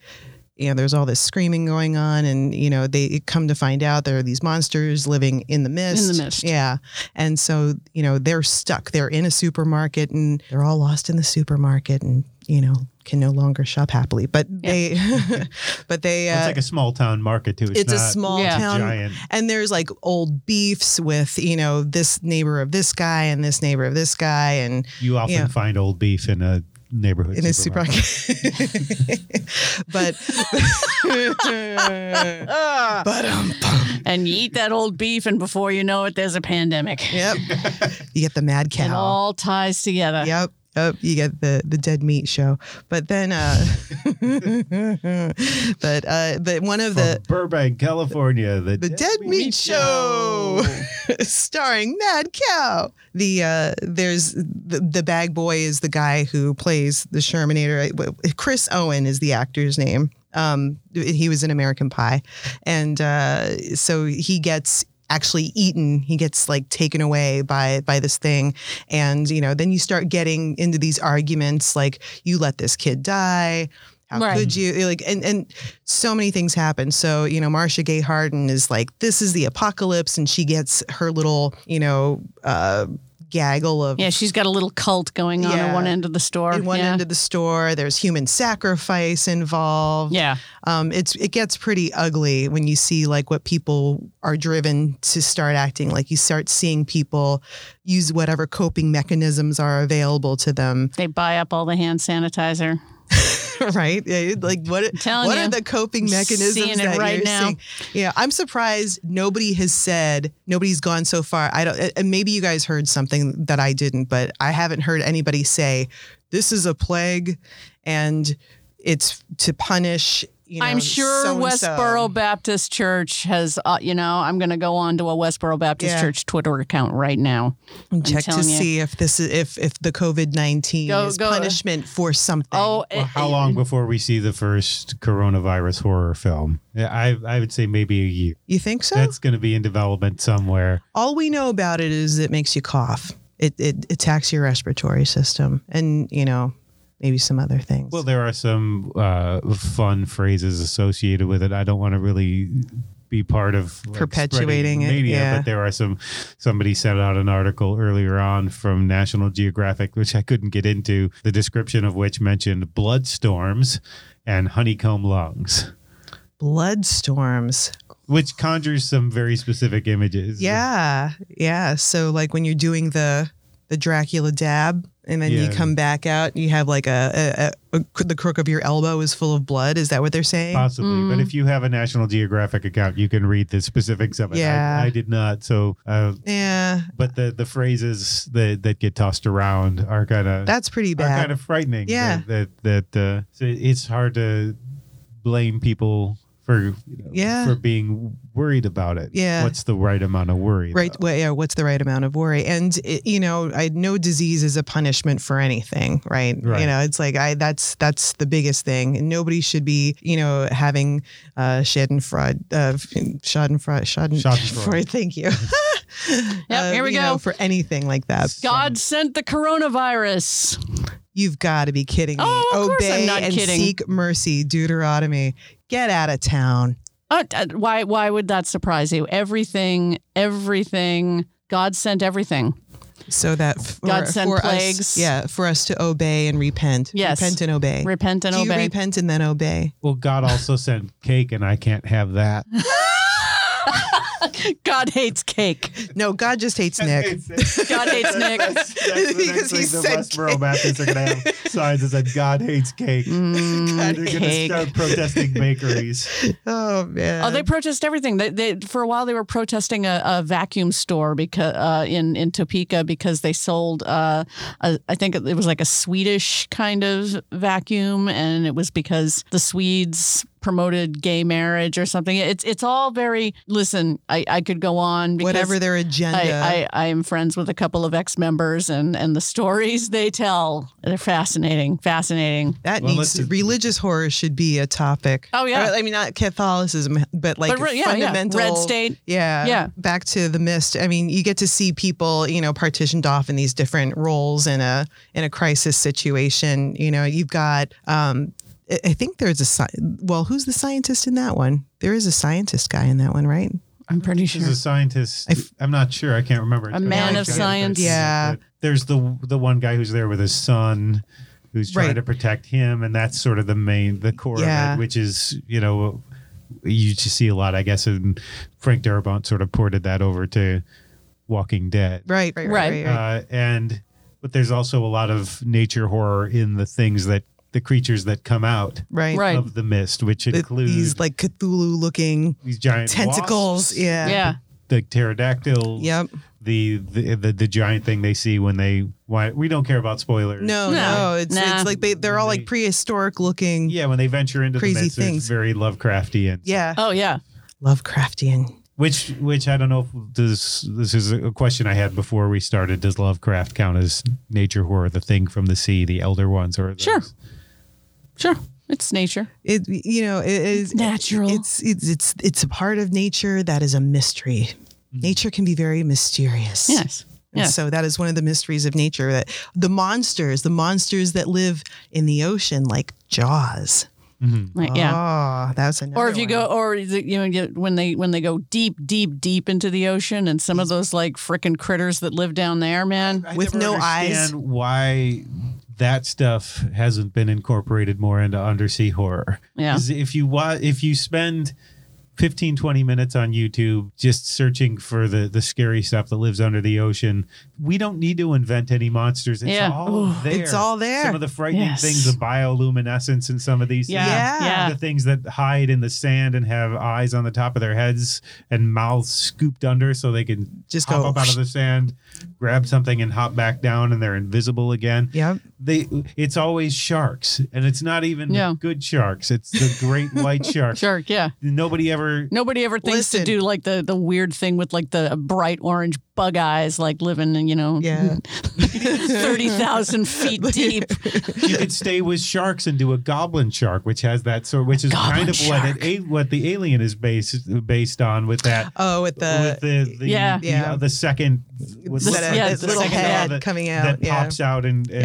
You know, there's all this screaming going on, and you know they come to find out there are these monsters living in the mist.
mist.
yeah. And so, you know, they're stuck. They're in a supermarket and they're all lost in the supermarket and, you know, can no longer shop happily. But they, but they,
it's
uh,
like a small town market too. It's,
it's, a
not
small
Yeah.
town.
giant.
And there's like old beefs with, you know, this neighbor of this guy and this neighbor of this guy. And,
You often
Yeah.
find old beef in a neighborhood.
in a supermarket. but, but, um,
And you eat that old beef, and before you know it, there's a pandemic.
yep. You get the mad cow.
It all ties together.
Yep. Yep, you get the the dead meat show, but then, uh, but uh, but one of
From
the
Burbank, California. The,
the dead meat show, starring Mad Cow. The uh, there's the, the bag boy is the guy who plays the Shermanator. Chris Owen is the actor's name. Um, he was in American Pie, and uh, so he gets actually eaten he gets like taken away by by this thing and you know then you start getting into these arguments like you let this kid die how
Right.
could you like and and so many things happen so you know marcia gay harden is like this is the apocalypse and she gets her little you know uh gaggle of
Yeah, she's got a little cult going on
Yeah.
at one end of the store.
in one
yeah.
end of the store there's human sacrifice involved
yeah.
um, it's it gets pretty ugly when you see like what people are driven to start acting like you start seeing people use whatever coping mechanisms are available to them
They buy up all the hand sanitizer.
right Yeah, like what
telling
what
you.
are the coping
I'm
mechanisms
seeing it
that
right
you're
now.
seeing? yeah i'm surprised nobody has said nobody's gone so far i don't and maybe you guys heard something that i didn't but i haven't heard anybody say this is a plague and it's to punish you know,
I'm sure
so-and-so.
Westboro Baptist Church has, uh, you know, I'm going to go on to a Westboro Baptist
Yeah.
Church Twitter account right now.
And check to
telling you.
see if this is if if the COVID nineteen
Go-
is
go-
punishment for something.
Oh,
Well,
it-
how long before we see the first coronavirus horror film? Yeah, I I would say maybe a year.
you think so?
That's going to be in development somewhere.
All we know about it is it makes you cough. It it attacks your respiratory system, and you know maybe some other things.
Well, there are some uh, fun phrases associated with it. I don't want to really be part of like,
Perpetuating
spreading
it,
mania,
yeah.
but there are some. Somebody sent out an article earlier on from National Geographic, which I couldn't get into. The description of which mentioned blood storms and honeycomb lungs,
blood storms.
which conjures some very specific images.
Yeah, yeah. So like when you're doing the the Dracula dab, and then you
Yeah.
come back out, and you have like a, a, a, a the crook of your elbow is full of blood. Is that what they're saying?
Possibly, but
Mm.
if you have a National Geographic account, you can read the specifics of it. I-
Yeah.
I, did not. So, uh,
yeah,
but the the phrases that that get tossed around are kind of
that's pretty
are
bad.
kind of frightening.
Yeah.
that that, that, uh, so it's hard to blame people for you know,
Yeah.
for being worried about it.
Yeah.
what's the right amount of worry?
right
though?
well, yeah, what's the right amount of worry and it, you know i no disease is a punishment for anything right?
Right.
you know it's like i that's that's the biggest thing nobody should be you know having uh schadenfreude uh schadenfreude schadenfreude,
Schadenfreude.
thank you Um,
Yep, here we
you know,
go.
for anything like that
God sent the coronavirus.
you've got to be kidding me
Oh, of course I'm
obey
not
and
kidding.
seek mercy deuteronomy get out of town
Uh, uh, why? Why would that surprise you? Everything, everything. God sent everything.
so that for,
God send
for
plagues.
us, yeah for us to obey and repent
Yes.
repent and obey
Repent and
Do you
obey.
repent and then obey
Well, God also sent cake, and I can't have that.
God hates cake.
No, God just hates Nick.
God hates Nick.
Because he said
Westboro
cake.
Baptists are going to have signs that said God hates cake.
Mm-hmm.
Mm,
They're going to
cake.
start protesting bakeries.
Oh man.
Oh, they protest everything. They, they for a while they were protesting a, a vacuum store because uh, in in Topeka because they sold uh, a, I think it was like a Swedish kind of vacuum, and it was because the Swedes promoted gay marriage or something. It's it's all very. Listen, I, I could go on. Because
whatever their agenda.
I, I, I am friends with a couple of ex members, and, and the stories they tell they're fascinating, fascinating.
that
Well,
needs to,
listen-
religious horror should be a topic.
Oh, yeah.
Or, I mean not Catholicism, but like
But re- yeah, yeah.
fundamental
Red state.
Yeah,
Yeah.
Back to the mist. I mean, you get to see people, you know, partitioned off in these different roles in a in a crisis situation. You know, you've got. um I- I think there's a sci- well. Who's the scientist in that one? There is a scientist guy in that one, right?
I'm pretty
She's a scientist. i f- I'm not sure. I can't remember.
A man
of
science.
Yeah.
There's the the one guy who's there with his son, who's trying
Right.
to protect him, and that's sort of the main the core
Yeah.
of it, which is you know you just see a lot, I guess, and Frank Darabont sort of ported that over to Walking Dead.
Right, right,
Right.
right, right, right.
Uh, and but there's also a lot of nature horror in the things that the creatures that come out
right.
Right.
of the mist, which
Th-
include
these
these,
like Cthulhu looking
giant
tentacles.
wasps,
Yeah.
yeah.
the pterodactyls,
Yep.
the, the the the giant thing they see when they why we don't care about spoilers.
No,
No.
no. It's
Nah.
it's like they they're all like prehistoric looking.
Yeah, when they venture into
Crazy
the mist,
things.
it's very Lovecraftian.
Yeah.
Oh yeah.
Lovecraftian.
Which which I don't know if this this is a question I had before we started. Does Lovecraft count as nature horror, the thing from the sea, the elder ones or
Sure.
those-
Sure. It's nature.
It you know, it is
natural.
It's it's it's it's a part of nature that is a mystery.
Mm-hmm.
Nature can be very mysterious.
Yes.
And
Yeah.
So that is one of the mysteries of nature that the monsters, the monsters that live in the ocean like jaws.
Right, yeah.
Oh, that's another
or if you
one.
go, or is it, you know, you- when they when they go deep, deep, deep into the ocean, and some of those like frickin' critters that live down there, man.
I
With
never
no eyes.
understand Why that stuff hasn't been incorporated more into undersea horror?
Yeah.
'Cause If you wa- if you spend 15 20 minutes on YouTube just searching for the the scary stuff that lives under the ocean, we don't need to invent any monsters. It's
Yeah.
all there.
It's all there.
Some of the frightening
Yes.
things, the bioluminescence and some of these
Yeah.
things
Yeah.
Yeah.
the things that hide in the sand and have eyes on the top of their heads and mouths scooped under so they can
Just
hop
go
up out of the sand, grab something and hop back down and they're invisible again.
Yep.
they it's always sharks, and it's not even
Yeah.
good sharks. It's the great white shark.
Shark, yeah.
Nobody ever.
Nobody ever thinks to
Listen.
do like the the weird thing with like the bright orange bug eyes, like living in you know
Yeah.
thirty thousand feet deep.
You could stay with sharks and do a goblin shark, which has that sort, which is
Goblin
kind of what it, a- what the alien is based based on with that.
Oh, with the,
with the, the
Yeah.
the, uh,
Yeah.
the second what's
the,
This-
that-
yeah,
that's
the
little
second
head
that-
coming
that
out. yeah.
pops out and and,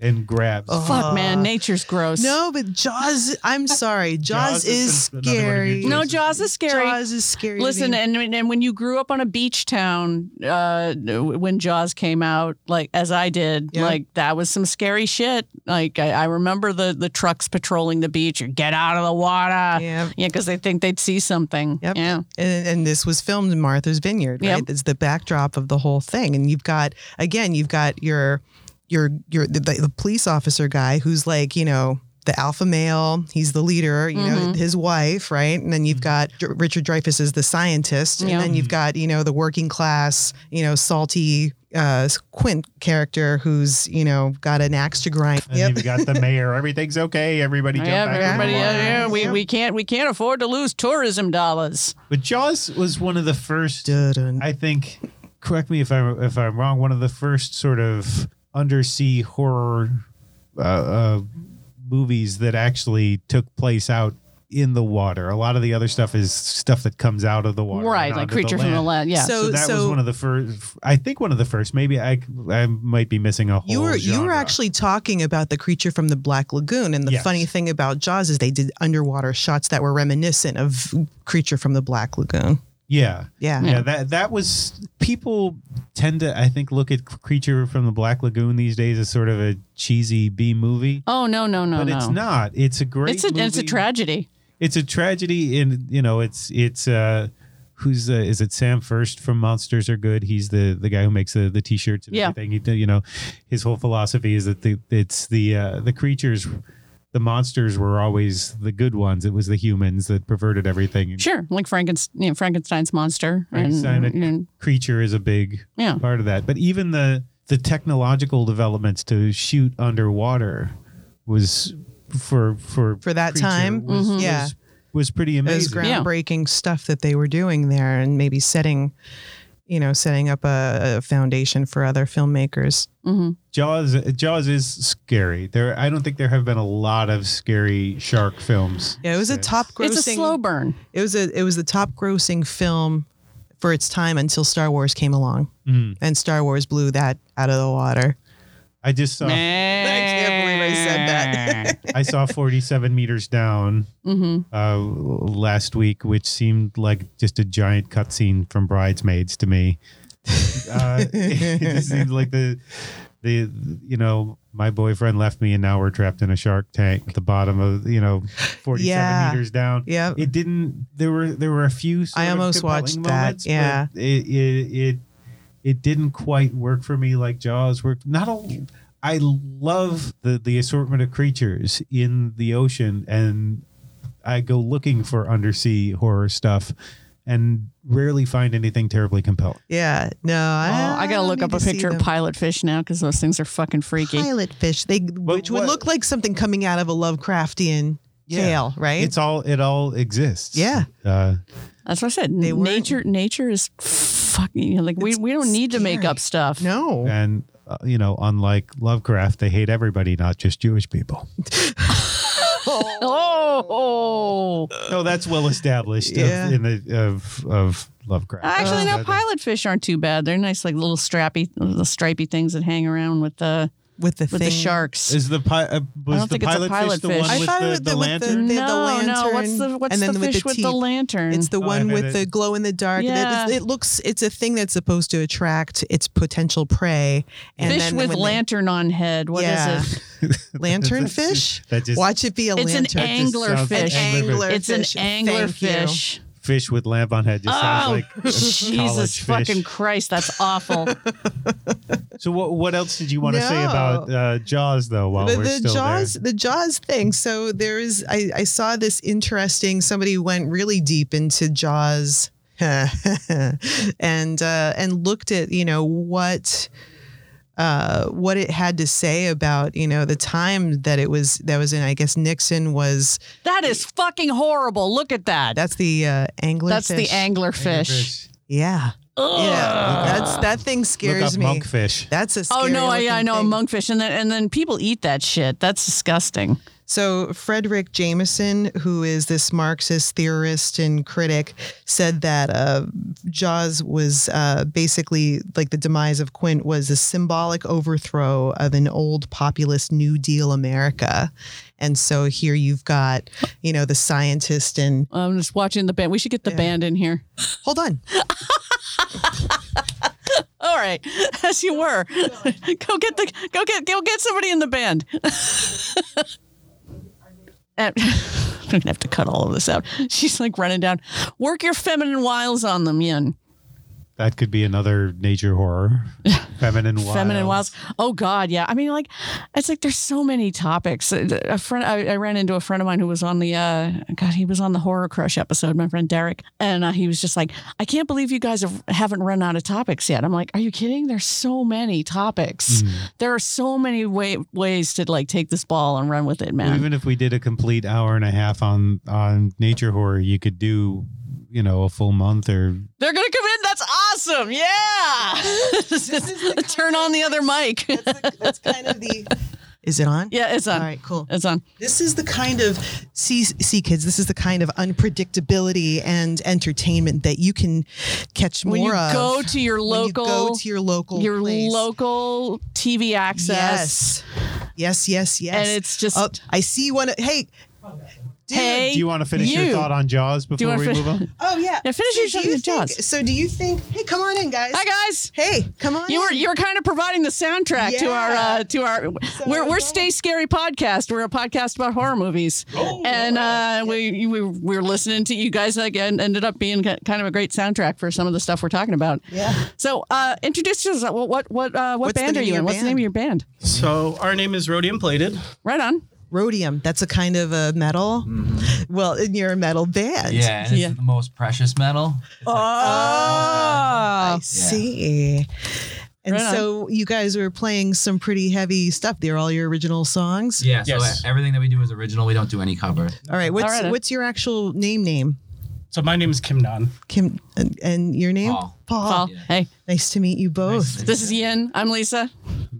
Yeah.
and grabs.
Oh.
Fuck, man,
Uh,
nature's gross.
No, but Jaws. I'm sorry, Jaws,
Jaws
is,
is another one of your
scary.
choices.
no, Jaws is scary.
Jaws is scary. to
Listen,
me.
and and when you grew up on a beach town, uh, when Jaws came out, like as I did,
Yeah.
like that was some scary shit. Like I, I remember the the trucks patrolling the beach. Or get out of the water.
yeah.
Yeah, because they think they'd see something.
Yep.
Yeah.
And, and this was filmed in Martha's Vineyard,
Yep.
right? It's the backdrop of the whole thing. And you've got again, you've got your your your the, the police officer guy who's like, you know, the alpha male. He's the leader. You know, his wife, right? And then you've got Dr- Richard Dreyfuss is the scientist,
Yeah.
and then you've got you know the working class, you know, salty uh, Quint character who's you know got an axe to grind.
And then you got the mayor. Everything's okay. Everybody jump
Yeah,
back. in the
everybody.
water.
Yeah, yeah, we,
Yeah.
we can't we can't afford to lose tourism dollars.
But Jaws was one of the first.
Dun-dun.
I think. Correct me if I'm if I'm wrong. One of the first sort of undersea horror uh, uh, movies that actually took place out in the water. A lot of the other stuff is stuff that comes out of the water, and
right, like
onto
creature from the land. Yeah.
So, that was one of the first. I think one of the first. Maybe I I might be missing a whole.
You were you were
genre.
actually talking about the creature from the Black Lagoon, and the
Yes.
funny thing about Jaws is they did underwater shots that were reminiscent of creature from the Black Lagoon.
yeah.
Yeah,
yeah that that was people tend to i think look at creature from the black lagoon these days as sort of a cheesy b movie
oh no no no
but
no.
it's not it's a great
It's a it's a
movie.
tragedy.
it's a tragedy and you know it's it's uh Who's uh, is it? Sam First from Monsters Are Good. He's the the guy who makes the, the t-shirts and
Yeah.
everything. He, did- you know, his whole philosophy is that the it's the uh, the creatures, the monsters were always the good ones. It was the humans that perverted everything. And
Sure, like Frankenstein, you know, Frankenstein's monster. and-
Frankenstein, a
and-
creature is a big
yeah.
part of that. But even the the technological developments to shoot underwater was for for
For that time,
was,
Mhm. yeah.
was, was pretty
it was
amazing.
Yeah.
groundbreaking stuff that they were doing there, and maybe setting, you know, setting up a, a foundation for other filmmakers.
Jaws Jaws is scary. There, I don't think there have been a lot of scary shark films.
Yeah, it was a
since.
top grossing.
It's a slow burn.
It was a it was the top grossing film for its time until Star Wars came along,
Mm.
and Star Wars blew that out of the water.
I just saw
I can't believe I said that.
I saw Forty Seven Meters Down
Mm-hmm.
uh, last week, which seemed like just a giant cutscene from Bridesmaids to me. uh, it just seemed like the the you know my boyfriend left me and now we're trapped in a shark tank at the bottom of you know 47
Yeah.
meters down
yeah.
it didn't there were there were a few sort
I
of
almost
compelling
watched that,
moments, but
yeah.
it, it it it didn't quite work for me like jaws worked not a I love the the assortment of creatures in the ocean and I go looking for undersea horror stuff and rarely find anything terribly compelling.
Yeah, no, Ah, I,
Oh, I gotta look
need
up a
to see
picture of
them.
pilot fish now because those things are fucking freaky.
pilot fish. They which would
what-
look like something coming out of a Lovecraftian
Yeah.
tale, right?
It's all it all exists.
Yeah.
Uh,
That's what I said.
They weren't.
nature, nature is fucking. you know, Like we,
It's
we don't need to make
scary.
up stuff.
no,
and uh, you know, unlike Lovecraft, they hate everybody, not just Jewish people.
Oh, oh.
No, that's well established
Yeah.
of, in the of of Lovecraft.
actually,
Uh,
no. Pilot fish aren't too bad. They're nice, like little strappy, little stripy things that hang around with the
with the
with
thing.
the sharks.
Is the pi- uh, was
don't
the
think it's a
pilot,
pilot
fish the
fish.
one
I
with
thought
the,
it was
the
the- with the-
lantern?
the
no, no. What's
lantern,
the what's
and then
the
with the
fish with the
teeth.
lantern?
It's the
Oh, I
one
bet
with
it-
the glow in the dark. It- it's-
Yeah.
It looks. It's a thing that's supposed to attract its potential prey. And
fish
then
with
when they-
lantern on head. What is
Yeah.
it?
lantern
That
fish.
just- that just-
Watch it be a
It's an
lantern.
angler
sounds
fish.
An angler
It's an
fish.
angler
Thank you.
fish.
fish with lamp on head just sounds
Oh,
like a college
Jesus
fish.
fucking Christ! That's awful.
So what what else did you want to say
No.
about uh, Jaws though? While
the,
we're
the
still
jaws
there,
the jaws thing so there is I, I saw this interesting somebody went really deep into jaws and uh and looked at you know what uh, what it had to say about you know the time that it was that was in. I guess Nixon was
That is fucking horrible. Look at that.
that's the uh, angler.
That's the anglerfish.
Yeah. Yeah. That's that thing
Look up
scares me.
monkfish.
That's a
Oh
scary
no, I,
looking
I know
thing.
monkfish, and then and then people eat that shit. That's disgusting.
So Frederick Jameson, who is this Marxist theorist and critic, said that uh, Jaws was uh, basically like the demise of Quint was a symbolic overthrow of an old populist New Deal America. And so here you've got, you know, the scientist and
I'm just watching the band. We should get the band in here.
hold on.
All right, as you were. go get the go get go get somebody in the band. And- I'm gonna have to cut all of this out. She's like running down. Work your feminine wiles on them, Yin.
That could be another nature horror. Feminine wild.
Feminine wiles. Oh God, yeah. I mean, like, it's like there's so many topics. Uh, A friend, I, I ran into a friend of mine who was on the, uh, God, he was on the Horror Crush episode. My friend Derek, and uh, he was just like, I can't believe you guys have, haven't run out of topics yet. I'm like, are you kidding? There's so many topics. There are so many way, ways to like take this ball and run with it, man.
Even if we did a complete hour and a half on on nature horror, you could do, you know, a full month or
They're gonna come in. That's awesome. Yeah. Turn on the other mic.
That's kind of the. Is it on?
yeah, it's
All
on.
right, cool.
It's on.
This is the kind of see see kids. This is the kind of unpredictability and entertainment that you can catch more
When you
of.
go to your
when
local,
you go to your local
your
place.
local TV access.
yes yes yes yes
And it's just-
oh, i see one hey dude.
Hey,
Do you want to finish your
you.
thought on Jaws before
wanna
we
fin-
move on?
oh yeah
Yeah, finish your
do
shot
you
with
think-
Jaws.
so do you think hey come on in guys
Hi guys.
hey come on
You were
in.
you were kind of providing the soundtrack to our uh, to our we're we're Stay Scary podcast. We're a podcast about horror movies,
Oh.
and uh, we we we were listening to you guys again. Ended up being ki- kind of a great soundtrack for some of the stuff we're talking about.
Yeah.
So uh, introduce yourself. What what what uh, what
What's the
band are
name of
you
your
in? What's the
band?
name of your band?
So our name is Rhodium Plated.
Right on.
rhodium that's a kind of a metal well and you're a metal band
Yeah, and
Yeah.
it's the most precious metal. It's like-
I Oh, see. And
Right on.
so you guys were playing some pretty heavy stuff. They're all your original songs.
yeah, so
Yes.
everything that we do is original. We don't do any cover.
All right. What's
right.
what's your actual name? Name
So my name is Kim Don.
Kim, and, and your name
Paul.
Paul. Hey,
Nice to meet you both.
this is Ian. I'm Lisa.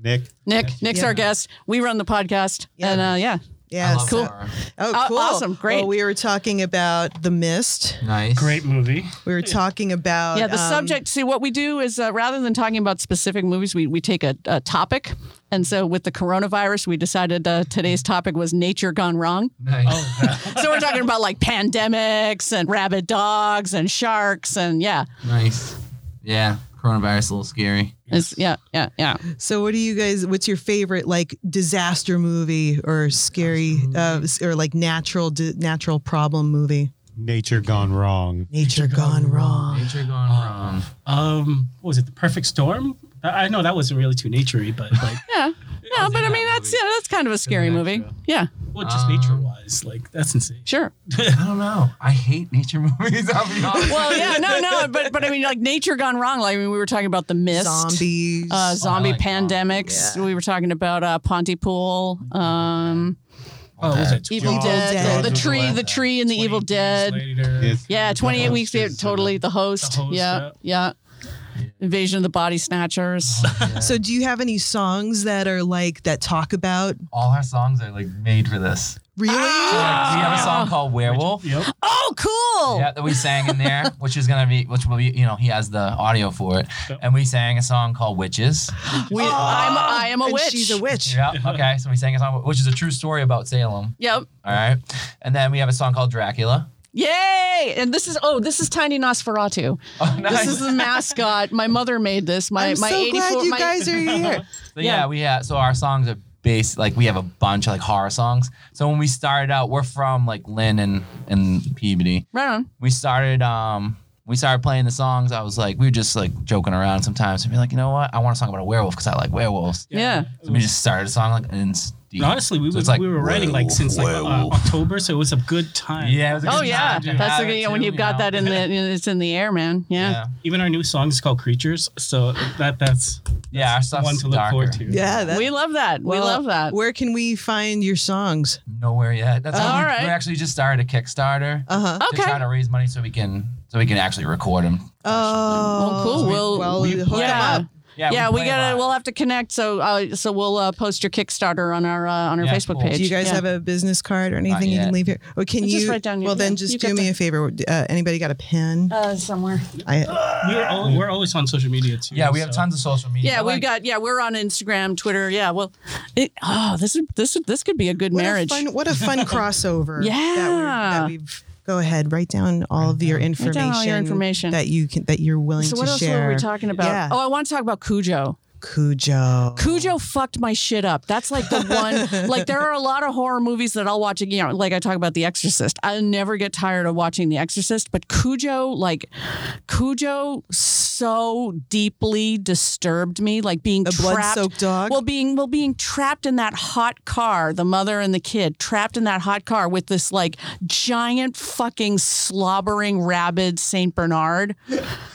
Nick,
Nick. Nick's our guest. We run the podcast,
Yeah.
and uh, yeah.
Yeah,
love
so-
horror.
Oh,
Aw-
cool.
awesome, great.
Well, we were talking about the mist.
Nice.
Great movie.
We were talking about
Yeah, the
um,
subject. See, what we do is uh, rather than talking about specific movies, we, we take a, a topic. And so with the coronavirus, we decided uh, today's topic was nature gone wrong.
Nice.
Oh,
So we're talking about like pandemics and rabid dogs and sharks and yeah,
nice. Yeah, coronavirus a little scary.
it's, yeah, yeah, yeah.
So, what do you guys? What's your favorite like disaster movie or scary uh, s- or like natural di- natural problem movie?
nature gone wrong.
Nature gone wrong.
Nature gone wrong.
Um, what was it? The Perfect Storm. I I know that wasn't really too naturey, but like,
Yeah. No, but I
that
mean, that's,
movie.
yeah, that's kind of a scary movie. Yeah,
well, just nature wise, like that's insane.
sure.
Um, I don't know. I hate nature movies. I'll be honest.
Well, yeah, no, no. But, but I mean, like nature gone wrong. Like, I mean, we were talking about the mist.
Zombies.
uh, zombie
like
pandemics. We were talking about uh, Pontypool, um,
Oh, what was it?
Evil
Jaws,
Dead,
Jaws
the, the
was
tree,
left.
the tree, and the Evil
28
Dead.
days later.
Yes.
Yeah,
The
28 weeks.
host is, uh,
totally, the host.
The Host,
yeah, yeah. Invasion of the Body Snatchers.
so, do you have any songs that are like that talk about
All our songs are like made for this.
really?
Ah,
Like, we have a song called Werewolf.
Yep.
oh, cool.
Yeah, that we sang in there, which is gonna be, which will be, you know, he has the audio for it, and we sang a song called "Witches."
We, I'm, I am a
And
witch.
She's a witch.
Yeah, okay, so we sang a song, which is a true story about Salem.
Yep.
All right, and then we have a song called "Dracula."
Yay! And this is oh, this is Tiny Nosferatu. This is the mascot. My mother made this. My
I'm
my
so
84
glad you
my-
guys are here.
So yeah.
Yeah.
we have so our songs are based like we have a bunch of like horror songs. So when we started out, we're from like Lynn and and Peabody.
Right on.
We started um When we started playing the songs, I was like, we were just like joking around sometimes and be like, you know what? I want a song about a werewolf because I like werewolves.
Yeah.
So we just started a song like and it's deep.
And honestly, we,
So
was,
it's like,
we were writing like since like uh,
werewolf.
October, so it was a good time.
Yeah. it was a
Oh
good
yeah,
time to
that's
have
the
it
yeah.
too,
When you've
you
got
know?
that in the it's in the air, man. Yeah.
Yeah.
Even our new song is called Creatures, so that that's
Yeah, our stuff's
one to look
darker.
forward to.
Yeah, that,
we love that. we
well,
love that.
Where can we find your songs?
Nowhere yet. That's
All
all we,
right.
we actually just started a Kickstarter
Uh huh.
to
Okay.
try to raise money so we can so we can actually record them.
Oh,
Well, cool.
we-
We'll-
well,
we
hook 'em
yeah.
up.
Yeah,
yeah, we
play
gotta.
live.
We'll have to connect. So, uh, so we'll uh, post your Kickstarter on our uh, on our
Yeah,
Facebook
cool.
page.
Do
Do you guys
Yeah.
have a business card or anything you
yet.
can leave here? Or can
Just
you?
write down your-
well, then
yeah, you
just
got
do me
the-
a favor. Uh, anybody got a pen?
uh, somewhere?
I,
We were al- we're always on social media too.
Yeah, we have
so-
tons of social media.
Yeah,
Like,
we've got. Yeah, we're on Instagram, Twitter. Yeah, well, it, oh, this is this is- this could be a good
what
marriage.
A fun, what a fun crossover. That, we're,
Yeah.
that we've. Go ahead. Write down all of your
Write
information.
down all your information.
that you can that you're willing
so
to
what else
share.
were we talking about?
Yeah.
Oh, I want to talk about Cujo.
Cujo.
Cujo fucked my shit up. That's like the one. like there are a lot of horror movies that I'll watch. You know, like I talk about The Exorcist. I never get tired of watching The Exorcist, but Cujo, like Cujo, so deeply disturbed me. Like being
The
trapped.
blood-soaked dog?
Well, being well being trapped in that hot car. The mother and the kid trapped in that hot car with this like giant fucking slobbering rabid Saint Bernard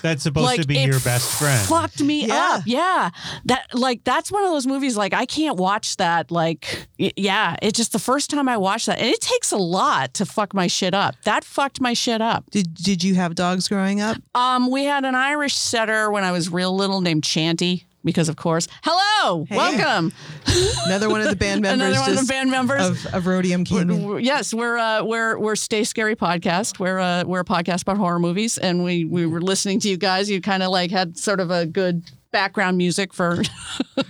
That's supposed to be
it
your best friend.
Fucked me
Yeah.
up. Yeah. That like that's one of those movies like I can't watch that like y- yeah, it's just the first time I watched that and it takes a lot to fuck my shit up. That fucked my shit up.
Did Did you have dogs growing up?
Um we had an Irish setter when I was real little named Chanty because of course. Hello. Welcome.
Another one of the band members.
Another one of the
just
band members.
of, of Rhodium King.
We're- yes, we're uh, we're we're Stay Scary podcast. We're uh, we're a podcast about horror movies, and we we were listening to you guys. You kind of like had sort of a good background music for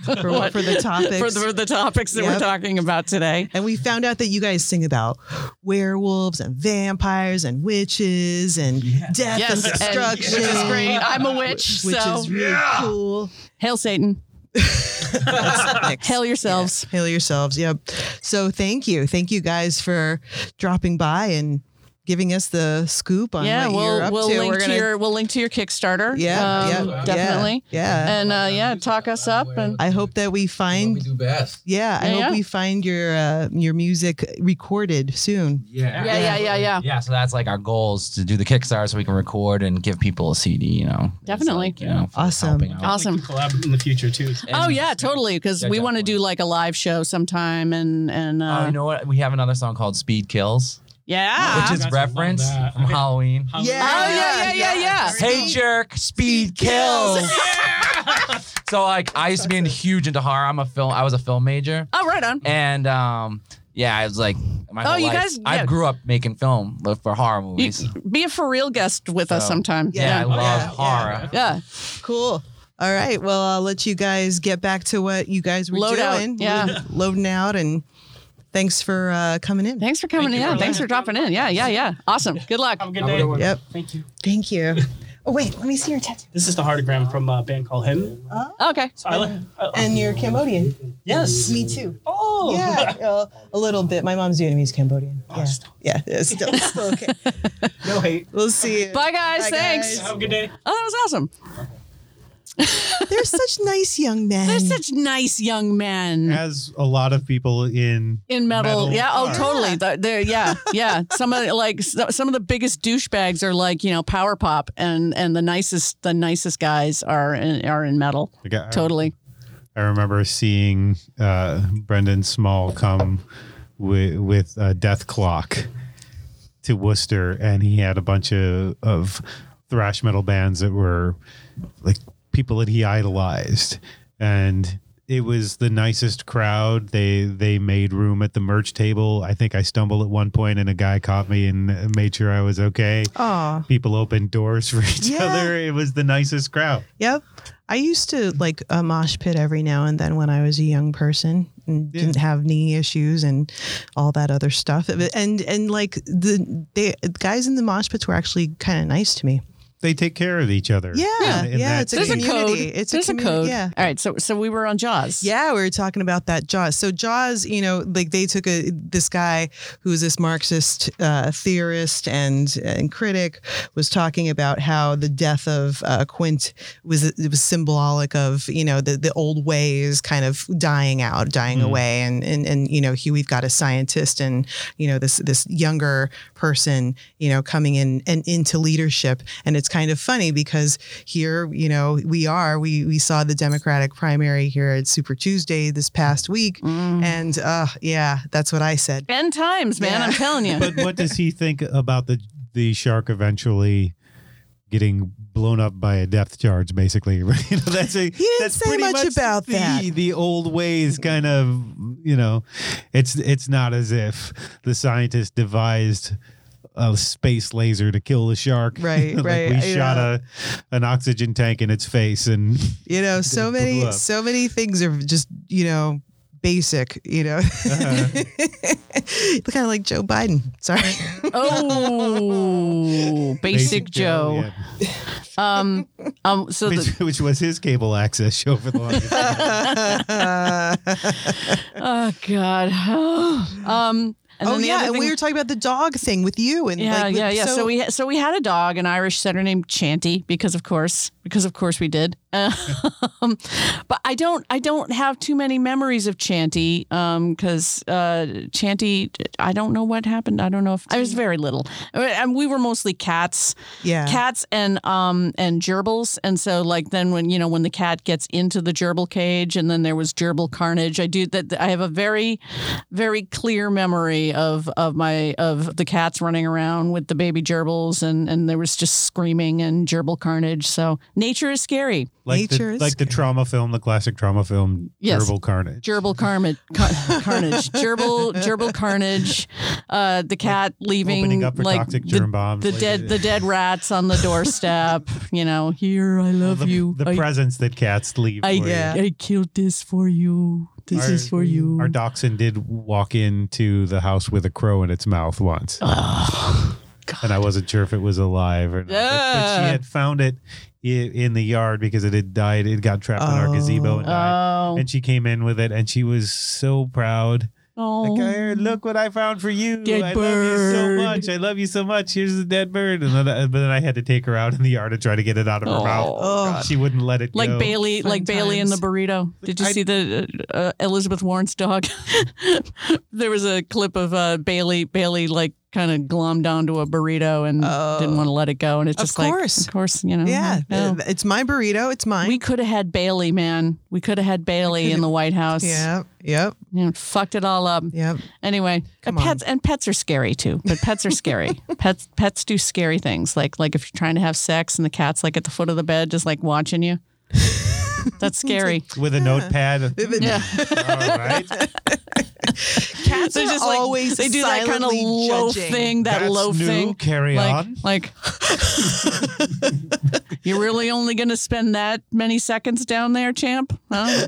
for, what- for the topics.
for the, for the topics that we're
Yep.
talking about today.
and we found out that you guys sing about werewolves and vampires and witches and death
Yes,
and
and-
destruction.
which is great. I'm a witch,
Which
so
is really cool.
hail Satan, hail yourselves.
Hail yourselves. Yep. So thank you. Thank you guys for dropping by and giving us the scoop on
Yeah,
what you're
we'll
up
we'll
to.
link
We're
to
gonna-
your we'll link to your Kickstarter.
yeah,
um,
yeah,
definitely.
Yeah. yeah.
And uh, yeah, talk us up and
I hope that we find
do best.
Yeah, I
Yeah,
hope
yeah.
we find your uh, your music recorded soon.
yeah.
yeah, yeah, yeah, yeah.
Yeah, so that's like our goals to do the Kickstarter so we can record and give people a CD, you know. It's
Definitely.
like, you know, for
Awesome.
helping out.
Awesome.
We can collab in the future too.
Oh yeah, totally. Because
Yeah,
we want to do
definitely.
like a live show sometime, and and uh,
Oh, you know what? We have another song called Speed Kills,
yeah,
which
you guys
is
would love
reference
that.
from Halloween.
How-
Oh, yeah, yeah, yeah, yeah.
Hey jerk, speed kills. so like I used to be in huge into horror. I'm a film I was a film major.
oh right on.
And um yeah, I was like my
Oh,
whole
you
life-
guys- yeah.
I grew up making film like, for horror
You-
movies.
be a for real guest with us
So,
sometime.
yeah, I
yeah.
love
yeah,
horror.
Yeah.
Cool. All right. Well, I'll let you guys get back to what you guys were
Load out,
doing.
yeah.
loading out, and thanks for uh, coming in.
Thanks for coming
you
in.
for
Thanks for dropping in. Yeah, yeah, yeah. Awesome. Good luck.
Have a good day.
Yep.
Thank you.
Thank you. Oh wait, let me see your tattoo
This is the hardogram from a band called Hidden.
Okay.
So I like. I-
and your Cambodian.
Yes.
Me too.
Oh.
Yeah, well, a little bit. My mom's Vietnamese Cambodian. Yeah,
still.
yeah, yeah, still, still okay.
No hate.
We'll see. You.
Bye guys.
Bye,
Thanks.
guys.
Have a good day.
Oh, that was awesome.
They're such nice young men.
They're such nice young men
As a lot of people in
in metal.
Metal
yeah. Oh,
are.
totally. Th- They're yeah, yeah. Some of the- like so- some of the biggest douchebags are like you know power pop, and and the nicest the nicest guys are in, are in metal.
I got-
Totally.
I remember seeing uh, Brendan Small come with, with uh, Death Clock to Worcester, and he had a bunch of, of thrash metal bands that were like people that he idolized, and it was the nicest crowd. They they made room at the merch table. I think I stumbled at one point, and a guy caught me and made sure I was okay.
Aw.
People opened doors for each
Yeah.
other. It was the nicest crowd.
Yep. I used to like a mosh pit every now and then when I was a young person and didn't have knee issues and all that other stuff. And and like the they, the guys in the mosh pits were actually kind of nice to me.
they take care of each other.
Yeah, yeah,
In- in that-
it's a
There's a
community.
code.
It's
There's
a,
a,
community.
code.
Yeah.
All right. So so we were on Jaws.
Yeah, we were talking about that Jaws. So Jaws, you know, like they took a this guy who was this Marxist uh, theorist and and critic was talking about how the death of uh, Quint was it was symbolic of you know the the old ways kind of dying out, dying
Mm.
away, and and and you know here we've got a scientist and you know this this younger person you know coming in and into leadership, and it's kind of funny because here you know we are we we saw the Democratic primary here at Super Tuesday this past week,
Mm-hmm.
and uh, yeah, that's what I said.
End times, man.
Yeah.
I'm telling you.
but what does he think about the the shark eventually getting blown up by a depth charge? Basically, you know, that's a, he
didn't
that's
say
pretty
much about
the,
that.
The old ways, kind of, you know, it's it's not as if the scientist devised. A space laser to kill the shark.
Right,
Like,
right,
We
you
shot
know.
a an oxygen tank in its face, and
You know, so
blew
many
up.
so many things are just you know basic. You know,
Uh-huh.
kind of like Joe Biden. Sorry.
oh, basic, Joe.
yeah.
Um, um. So the,
which, which was his cable access show for the longest. time.
oh god. um. And
oh
then the
yeah,
other
and
thing-
we were talking about the dog thing with you and
Yeah,
like, with-
yeah, yeah. So, we so we had a dog, an Irish setter named Chanty, because of course, because of course we did. Um, but I don't, I don't have too many memories of Chanty, because uh, Chanty, I don't know what happened. I don't know if I was very little, and we were mostly cats,
yeah.
cats and um and gerbils, and so like then when you know when the cat gets into the gerbil cage, and then there was gerbil carnage. I do that. I have a very very clear memory of of my of the cats running around with the baby gerbils and and there was just screaming and gerbil carnage. So nature is scary.
like
Nature
the,
is
like the trauma film, the classic trauma film,
Yes.
Gerbil Carnage.
Gerbil carnage, carnage, gerbil, gerbil carnage. Uh, the cat leaving
opening up for
like
toxic
the,
germ bombs.
the
like,
dead, the dead rats on the doorstep. you know, here I love
the,
you.
the
I,
presents that cats leave.
I,
for you.
Yeah.
I killed this for you. This
Our-
is for you.
Our dachshund did walk into the house with a crow in its mouth once, and I wasn't sure if it was alive or not. But, but she
Ah.
had found it i- in the yard because it had died. It got trapped in our gazebo and died.
oh,
and she came in with it, and she was so proud.
oh.
Like, "Here, look what I found for you.
Dead
I love you
bird."
so much. I love you so much. Here's the dead bird. And then, but then I had to take her out in the yard to try to get it out of her
Oh,
mouth. She wouldn't let it
Like
go.
Bailey,
Fun
like Bailey and the
times.
burrito. Did you
I-
see the uh, uh, Elizabeth Warren's dog? there was a clip of uh, Bailey, Bailey like kind of glommed onto a burrito and
Oh.
didn't want to let it go, and it's
Of
just like,
course.
of course, you know,
yeah,
I know.
it's my burrito. It's mine.
mm-hmm. We could have had Bailey, man. We could have had Bailey in the White House.
yeah, yep,
You know, fucked it all up.
yep.
Anyway,
Come
and pets and pets are scary too. But pets are scary. pets pets do scary things. Like like if you're trying to have sex and the cat's like at the foot of the bed, just like watching you. That's scary.
with a notepad.
Yeah,
All right.
Cats
They're
are
just like-
always
they do that kind of
silently
low
judging.
thing, that
That's
low
new.
thing.
Carry
like,
on.
like you're really only going to spend that many seconds down there, champ? Huh?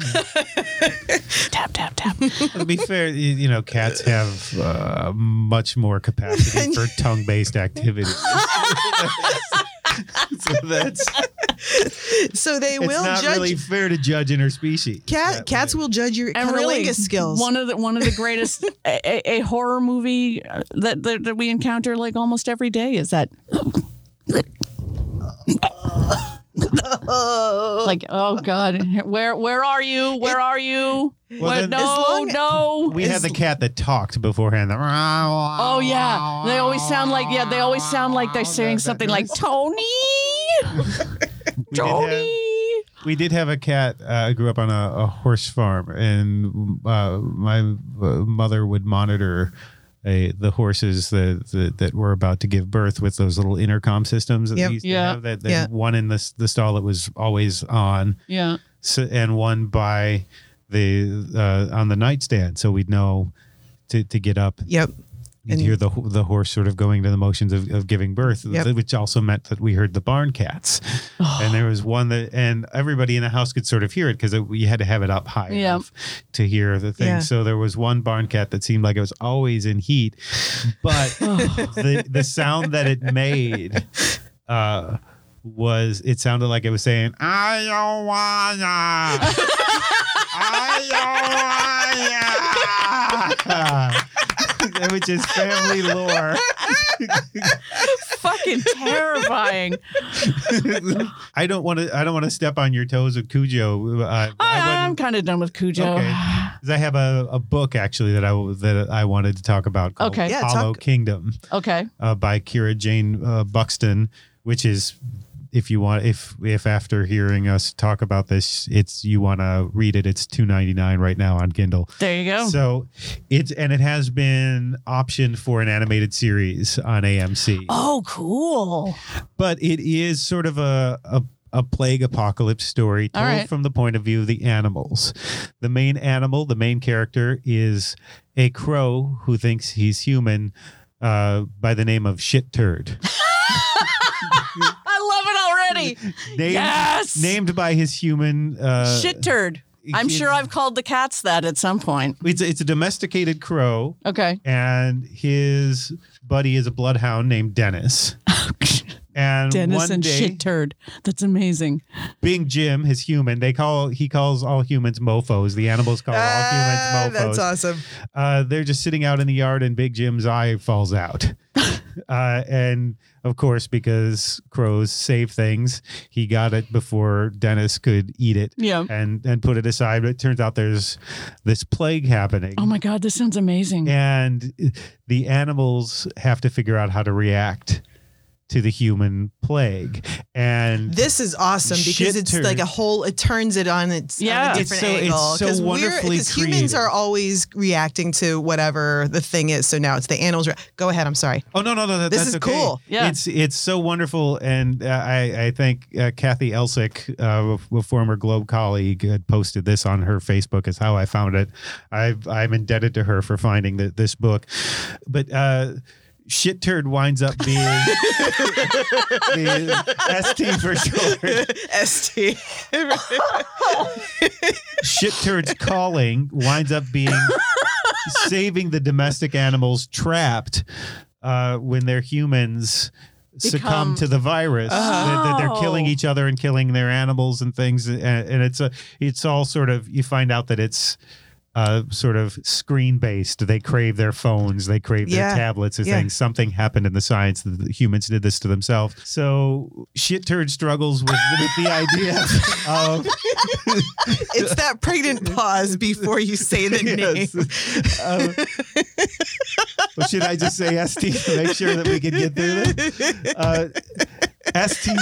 tap tap tap.
to be fair, you, you know, cats have uh, much more capacity for tongue-based activity. so that's
So they
it's
will
not
judge.
really fair to judge interspecies.
Cat,
that
cats
way.
will judge your
and
cunnilingus
really
skills.
One of the one of the greatest a, a, a horror movie uh, that, that that we encounter like almost every day is that. like oh god, where where are you? Where are you? Where-
then-
no,
As long-
no.
We had the cat that talked beforehand. The,
oh yeah, they always sound like yeah, they always sound like they're saying something like Tony,
We did have-
Tony.
We did have a cat. Uh, I grew up on a, a horse farm, and uh, my uh, mother would monitor a, the horses that, that that were about to give birth with those little intercom systems that
Yep.
we used
Yeah.
to have. That, that
Yeah.
one in the the stall that was always on,
Yeah,
so, and one by the uh, on the nightstand, so we'd know to, to get up
yep.
You'd
And-
hear the ho- the horse sort of going to the motions of, of giving birth,
Yep.
th- which also meant that we heard the barn cats. and there was one that, and everybody in the house could sort of hear it because we had to have it up high
Yeah.
enough to hear the thing.
Yeah.
So there was one barn cat that seemed like it was always in heat, but the the sound that it made. Uh, was it sounded like it was saying Iowana. Iowana. Which is family lore.
Fucking terrifying.
I don't want to. I don't want to step on your toes of Cujo. Uh,
I,
I
am
wouldn't-
kind of done with Cujo.
Okay. 'cause I have a, a book actually that I that I wanted to talk about called
Okay.
Yeah,
Hollow
talk-
Kingdom.
Okay.
uh, by Kira Jane uh, Buxton, which is if you want if if after hearing us talk about this, it's you want to read it. It's two ninety nine right now on Kindle.
There you go.
So it's and it has been optioned for an animated series on AMC,
oh, cool.
but it is sort of a a. A plague apocalypse story
All
told
right.
from the point of view of the animals. The main animal, the main character, is a crow who thinks he's human uh, by the name of Shit Turd.
I love it already.
named,
Yes!
named by his human uh,
Shit turd. I'm
he-
sure I've called the cats that at some point.
It's a, it's a domesticated crow,
Okay.
and his buddy is a bloodhound named Dennis. And
Dennis
one
and
day,
shit turd. That's amazing.
Bing Jim, his human, they call he calls all humans mofos. The animals call all
Ah,
humans mofos.
that's awesome.
uh, they're just sitting out in the yard and Big Jim's eye falls out. uh, and of course, because crows save things, he got it before Dennis could eat it
Yeah.
and, and put it aside. But it turns out there's this plague happening.
Oh my God, this sounds amazing.
and the animals have to figure out how to react to the human plague. And
This is awesome because
Shit
it's
turd.
like a whole. It turns it on its
Yeah.
on a
It's
different
so- it's
angle
so
we're-
wonderfully
humans
created.
are always reacting to whatever the thing is. So now it's the animals. Re- Go ahead. I'm sorry.
Oh no, no, no! That,
This
that's
is
okay.
cool.
Yeah.
it's it's so wonderful, and uh, I I think uh, Kathy Elsick, uh, a former Globe colleague, had posted this on her Facebook. Is how I found it. I've I'm indebted to her for finding the, this book, but. Uh, Shit turd winds up being the ST for short.
St.
Shit turd's calling winds up being saving the domestic animals trapped uh, when their humans
Become-
succumb to the virus. That- that They're, killing
Oh.
each other and killing their animals and things, and, and it's a, it's all sort of you find out that it's. Uh, sort of screen based. They crave their phones. They crave
Yeah.
their tablets. Or
Yeah.
things. Something happened in the science that the humans did this to themselves. So shit turd struggles with, with the idea of
it's that pregnant pause before you say the name.
Yes. Um, well, should I just say ST to make sure that we can get through this? Uh, ST.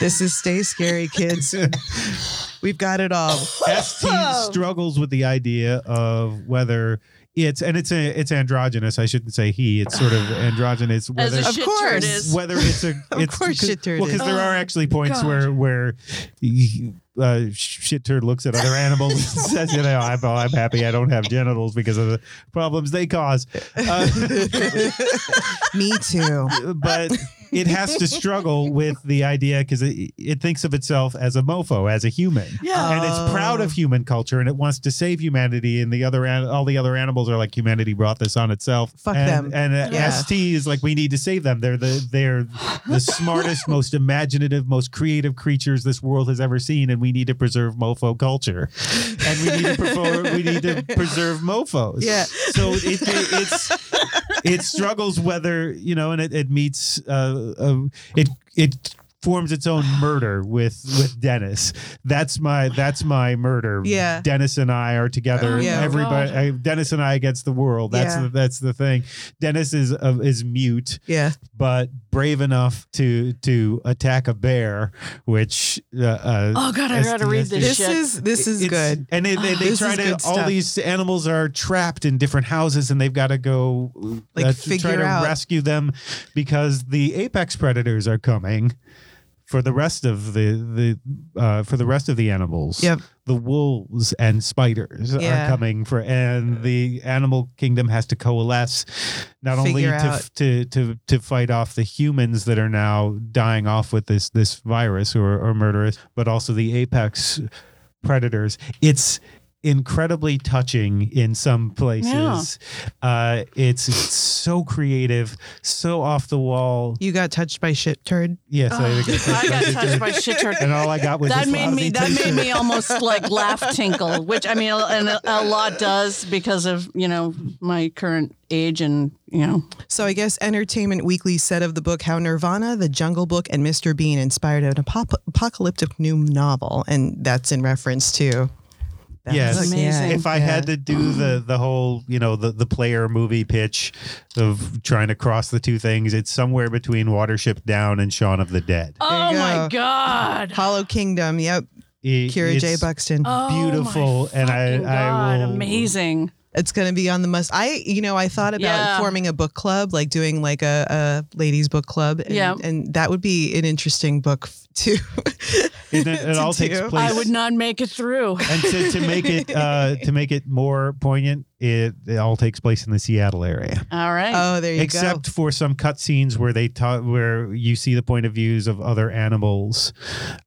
This is Stay Scary Kids. We've got it all.
ST struggles with the idea of whether it's and it's a, it's androgynous. I shouldn't say he. It's sort of
As
androgynous. Whether
a
Of
shit turd
course.
is.
whether it's a
Of
it's,
course
cause,
shit turd
Well,
is. Oh,
because there are actually points where where uh, shit turd looks at other animals and says, you know, I'm, I'm happy I don't have genitals because of the problems they cause. Uh,
Me too.
but it has to struggle with the idea because it, it thinks of itself as a mofo, as a human.
Yeah.
And it's proud
Oh.
of human culture and it wants to save humanity. And the other, an- all the other animals are like, humanity brought this on itself.
Fuck
and,
them.
And uh,
Yeah.
ST is like, we need to save them. They're the, they're the smartest, most imaginative, most creative creatures this world has ever seen. And we need to preserve mofo culture. And we need to, prefer, we need to preserve mofos.
Yeah.
So it, it, it's, it struggles whether you know, and it, it meets uh, uh, it it forms its own murder with with Dennis. That's my that's my murder.
Yeah.
Dennis and I are together.
Oh,
Yeah.
everybody, I, Dennis and I against the world. That's
Yeah.
the, that's the thing. Dennis is uh, is mute
Yeah.
but brave enough to to attack a bear, which uh, uh,
Oh God, I gotta read this,
This
shit.
is this is
it's-
good.
And they, they, they
This
try
is
to,
good
all
stuff.
these animals are trapped in different houses and they've got to go
Like,
uh, to try
figure
to
out.
rescue them because the apex predators are coming for the rest of the, the uh, for the rest of the animals.
Yep.
The wolves and spiders
Yeah.
are coming for, and the animal kingdom has to coalesce not only
Figure
to,
out.
to to to fight off the humans that are now dying off with this this virus or, or murderous, but also the apex predators. It's incredibly touching in some
Yeah.
places. Uh, it's so creative, so off the wall.
You got touched by shit turd.
Yes, I think it's
I got touched by shit turd.
and all I got was
That
this
made me.
lousy
That made
t-shirt.
me almost like laugh tinkle, which I mean, and a, a lot does because of you know my current age and you know
So I guess Entertainment Weekly said of the book how Nirvana, The Jungle Book, and Mr. Bean inspired an apop- apocalyptic new novel, and that's in reference to. that
Yes.
book.
Amazing.
If I had to do the the whole, you know, the the player movie pitch of trying to cross the two things, it's somewhere between Watership Down and Shaun of the Dead.
Oh
you
my
go.
God.
Hollow Kingdom, yep,
It-
Kira J.
it's
Buxton.
Oh my
beautiful, and I-
fucking
I
Oh, God,
will-
amazing.
It's going to be on the must. I, you know, I thought about
Yeah.
forming a book club, like doing like a, a ladies' book club. And,
Yeah.
and that would be an interesting book f- too.
It, it all
to
takes
do.
place.
I would not make it through.
and to, to make it uh, to make it more poignant, it, it all takes place in the Seattle area,
All right.
Oh, there you go.
except for some cutscenes where they talk, where you see the point of views of other animals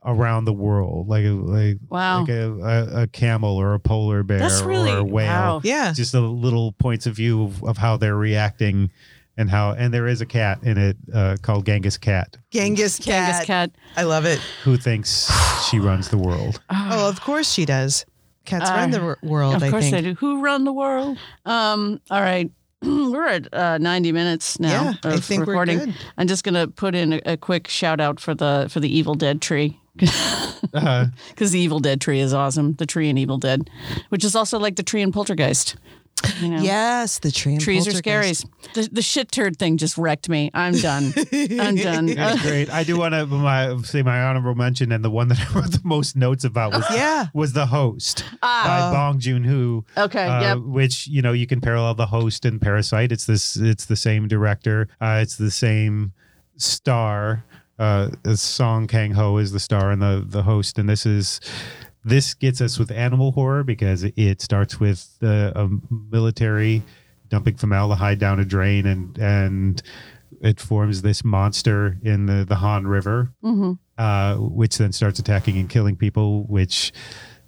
around the world, like like,
Wow.
like a, a, a camel or a polar bear
Oh. That's really
or a whale.
wow.
Yeah.
Just the little points of view of, of how they're reacting, and how and there is a cat in it uh, called Genghis Cat
Genghis Cat.
Genghis Cat.
I love it.
who thinks she runs the world.
Oh, of course she does. Cats
Uh,
run the wor- world,
Of
I
course
think.
they do. Who run the world? Um. All right. We're at uh, 90 minutes now
Yeah, I
of
think we're
recording.
good.
I'm just gonna put in a, a quick shout out for the for the Evil Dead tree
Uh-huh.
Uh,
because the Evil Dead tree is awesome. The tree in Evil Dead, which is also like the tree in Poltergeist. You know?
Yes, the tree and
trees are scary.
poltergeist.
The, the shit turd thing just wrecked me. I'm done. I'm done.
That's great. I do want to my, say my honorable mention, and the one that I wrote the most notes about was
Yeah.
was the host
Ah.
by Bong Joon Ho.
Okay.
Uh,
yep.
uh, Which you know you can parallel the host and Parasite. It's this. It's the same director. Uh, it's the same star. Uh, Song Kang Ho is the star and the the host, and this is. This gets us with animal horror because it starts with uh, a military dumping formaldehyde down a drain, and and it forms this monster in the the Han River, uh, which then starts attacking and killing people, which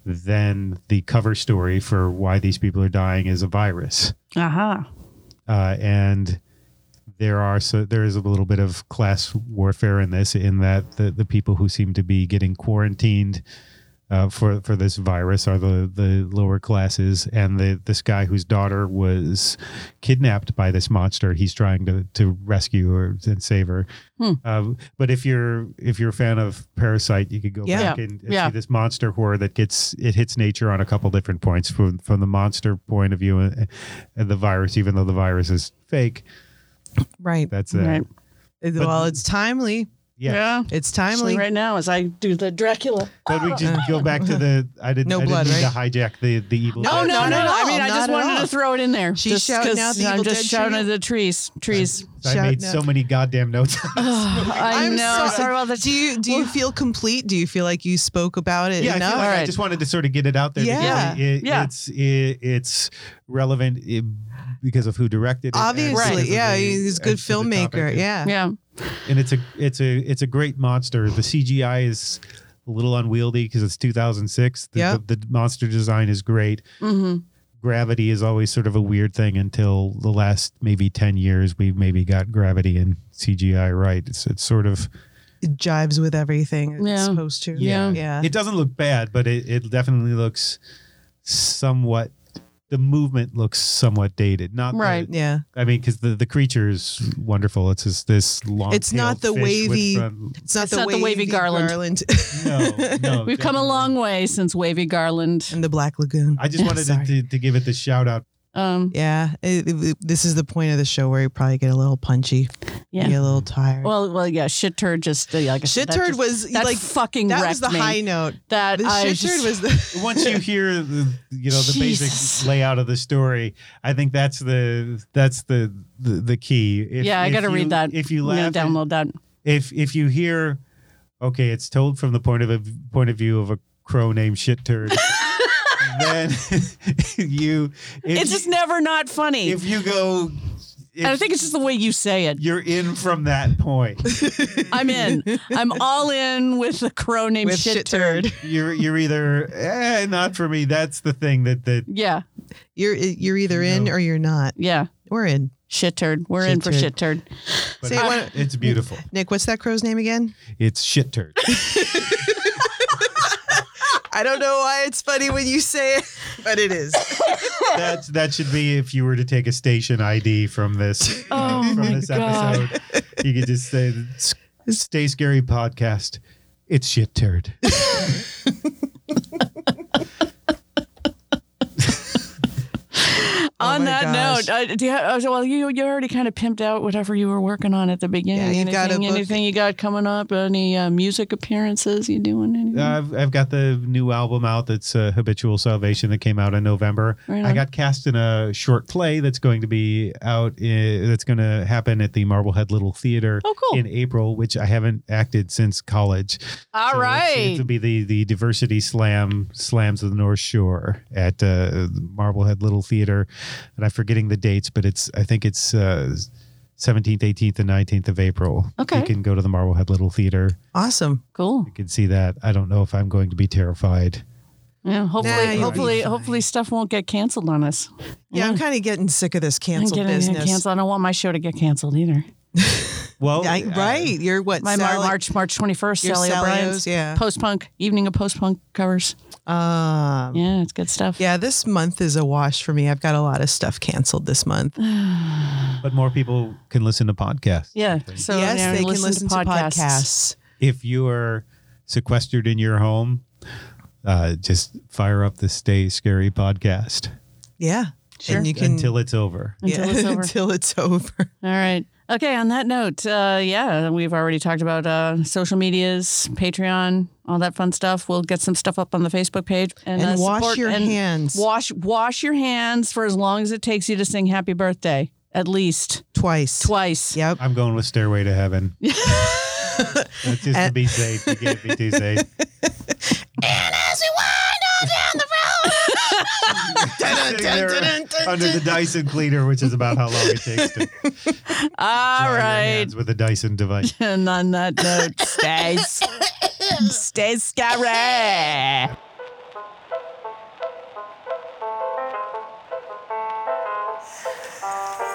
then the cover story for why these people are dying is a virus.
Uh-huh.
Uh, and there are so there is a little bit of class warfare in this, in that the, the people who seem to be getting quarantined uh, for for this virus are the the lower classes, and the this guy whose daughter was kidnapped by this monster, he's trying to to rescue her and save her. Um, but if you're if you're a fan of Parasite, you could go
Yeah.
back and, and
Yeah.
see this monster horror that gets it hits nature on a couple different points from from the monster point of view and, and the virus, even though the virus is fake.
Right. Uh,
That's it.
Right.
well, it's timely.
Yeah.
It's
Actually,
timely.
right now, as I do the Dracula.
But we just go back to the I didn't
No
I
blood,
didn't mean to hijack the the evil.
Oh,
No,
no, no,
not
no.
at
I
all,
mean, I
not
just
at
wanted
all.
to throw it in there.
She's
just
shouting
'cause
out the
I'm
Evil
just
Dead
shouting
tree.
at the trees. Trees.
I
Shout
made
now.
so many goddamn notes.
I
I'm
know.
so-
Sorry about the
Do you do you feel complete? Do you feel like you spoke about it
yeah, I, feel
enough?
like I
Alright.
just wanted to sort of get it out there. because
Yeah.
it- it-
Yeah.
It's it, it's relevant eh, because of who directed it. and
Obviously,
Right.
because of
yeah,
the-
he's a good
and for the
filmmaker.
topic.
Yeah.
Yeah.
and it's a it's a it's a great monster. The CGI is a little unwieldy because it's 2006. The,
Yeah. Mm-hmm.
the, the monster design is great. Gravity is always sort of a weird thing until the last maybe 10 years we maybe got gravity and CGI right. It's it's sort of
It jives with everything it's
Yeah.
supposed to.
Yeah.
Yeah.
it doesn't look bad, but it, it definitely looks somewhat. The movement looks somewhat dated. Not that-
Right.
yeah.
I mean, because the the creature is wonderful. It's just this long.
It's not the wavy- It's not,
It's
the,
not the
wavy,
wavy garland.
no, no.
We've come a long way since Wavy Garland.
and the Black Lagoon.
I just wanted to,
Sorry.
to, to give it the shout out.
Um,
Yeah. It- it- this is the point of the show where you probably get a little punchy.
Yeah.
Get a little tired.
well, well, yeah. Shit turd just uh, like I said,
shit
that
turd
just-
was
that
like
fucking
that was
wrecked
the
me.
high note.
that
The
I
shit
just,
turd was the
Once you hear the you know the
Jesus.
basic layout of the story, I think that's the that's the the, the key. If,
yeah. I
if
gotta
you-
read that.
If you
Yeah,
laugh, at-
download that.
if if you hear, okay, it's told from the point of a point of view of a crow named Shit Turd, then you if
It's just never not funny.
if you go
I think it's just the way you say it.
you're in from that point.
I'm in. I'm all in with a crow named
With
shit,
shit
turd.
You're you're either eh, not for me. That's the thing that that
Yeah,
You're you're either in or you're not.
yeah.
We're in.
Shit turd. We're in
Shit
for
turd.
shit turd.
but
Say what-
it's beautiful.
Nick, what's that crow's name again?
It's shit turd.
I don't know why it's funny when you say it, but it is.
That's that should be if you were to take a station ID from this
Oh
from
my
this
God.
episode. You could just say Stay Scary Podcast. It's shit turd.
Oh
on
my
that
gosh.
note, uh, do you have, well, you you already kind of pimped out whatever you were working on at the beginning.
Yeah, you've
anything,
got a book-
anything you got coming up? Any uh, music appearances? You doing anything?
Uh,
I've, I've got the new album out that's uh, Habitual Salvation that came out in November.
Right
I
on.
got cast in a short play that's going to be out, i that's going to happen at the Marblehead Little Theater
Oh, cool.
in April, which I haven't acted since college.
All
So it's-
right.
It'll be the, the Diversity Slam Slams of the North Shore at uh, Marblehead Little Theater. And I'm forgetting the dates, but it's I think it's uh, 17th, 18th, and 19th of April.
Okay.
You can go to the Marblehead Little Theater.
Awesome.
cool.
You can see that. I don't know if I'm going to be terrified.
Yeah,
Nah,
hopefully,
you'll
hopefully,
be fine.
hopefully, stuff won't get canceled on us.
Yeah, I'm kind of getting sick of this cancel
I'm getting
business.
canceled. I don't want my show to get canceled either.
Well,
Oh,
uh,
Yeah, right. You're what?
My Mar-
Sally-
March March 21st,
Your
Sally O'Brien's
Salios, yeah.
post punk evening of post punk covers.
Um,
Yeah, it's good stuff.
yeah, this month is a wash for me. I've got a lot of stuff canceled this month.
but more people can listen to podcasts.
Yeah. So
yes,
yeah,
they can listen to podcasts.
If you're sequestered in your home, uh, just fire up the Stay Scary podcast
Yeah.
Sure.
And you can
until it's over.
Until it's over.
until it's over.
All right. Okay. On that note, uh, yeah, we've already talked about uh, social medias, Patreon, all that fun stuff. We'll get some stuff up on the Facebook page and,
And
uh,
wash
support-
your
and
hands.
Wash wash your hands for as long as it takes you to sing Happy Birthday, at least
Twice.
twice.
Yep.
I'm going with Stairway to Heaven. That's just to be safe. You can't be too safe. Sitting there Under the Dyson cleaner, which is about how long it takes to
All
dry your
right.
hands with a Dyson device.
And on that note, stay s- stay scary.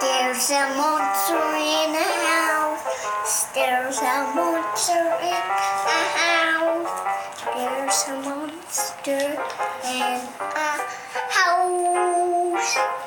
There's a monster in the house. There's a monster in the house. There's a monster in a house.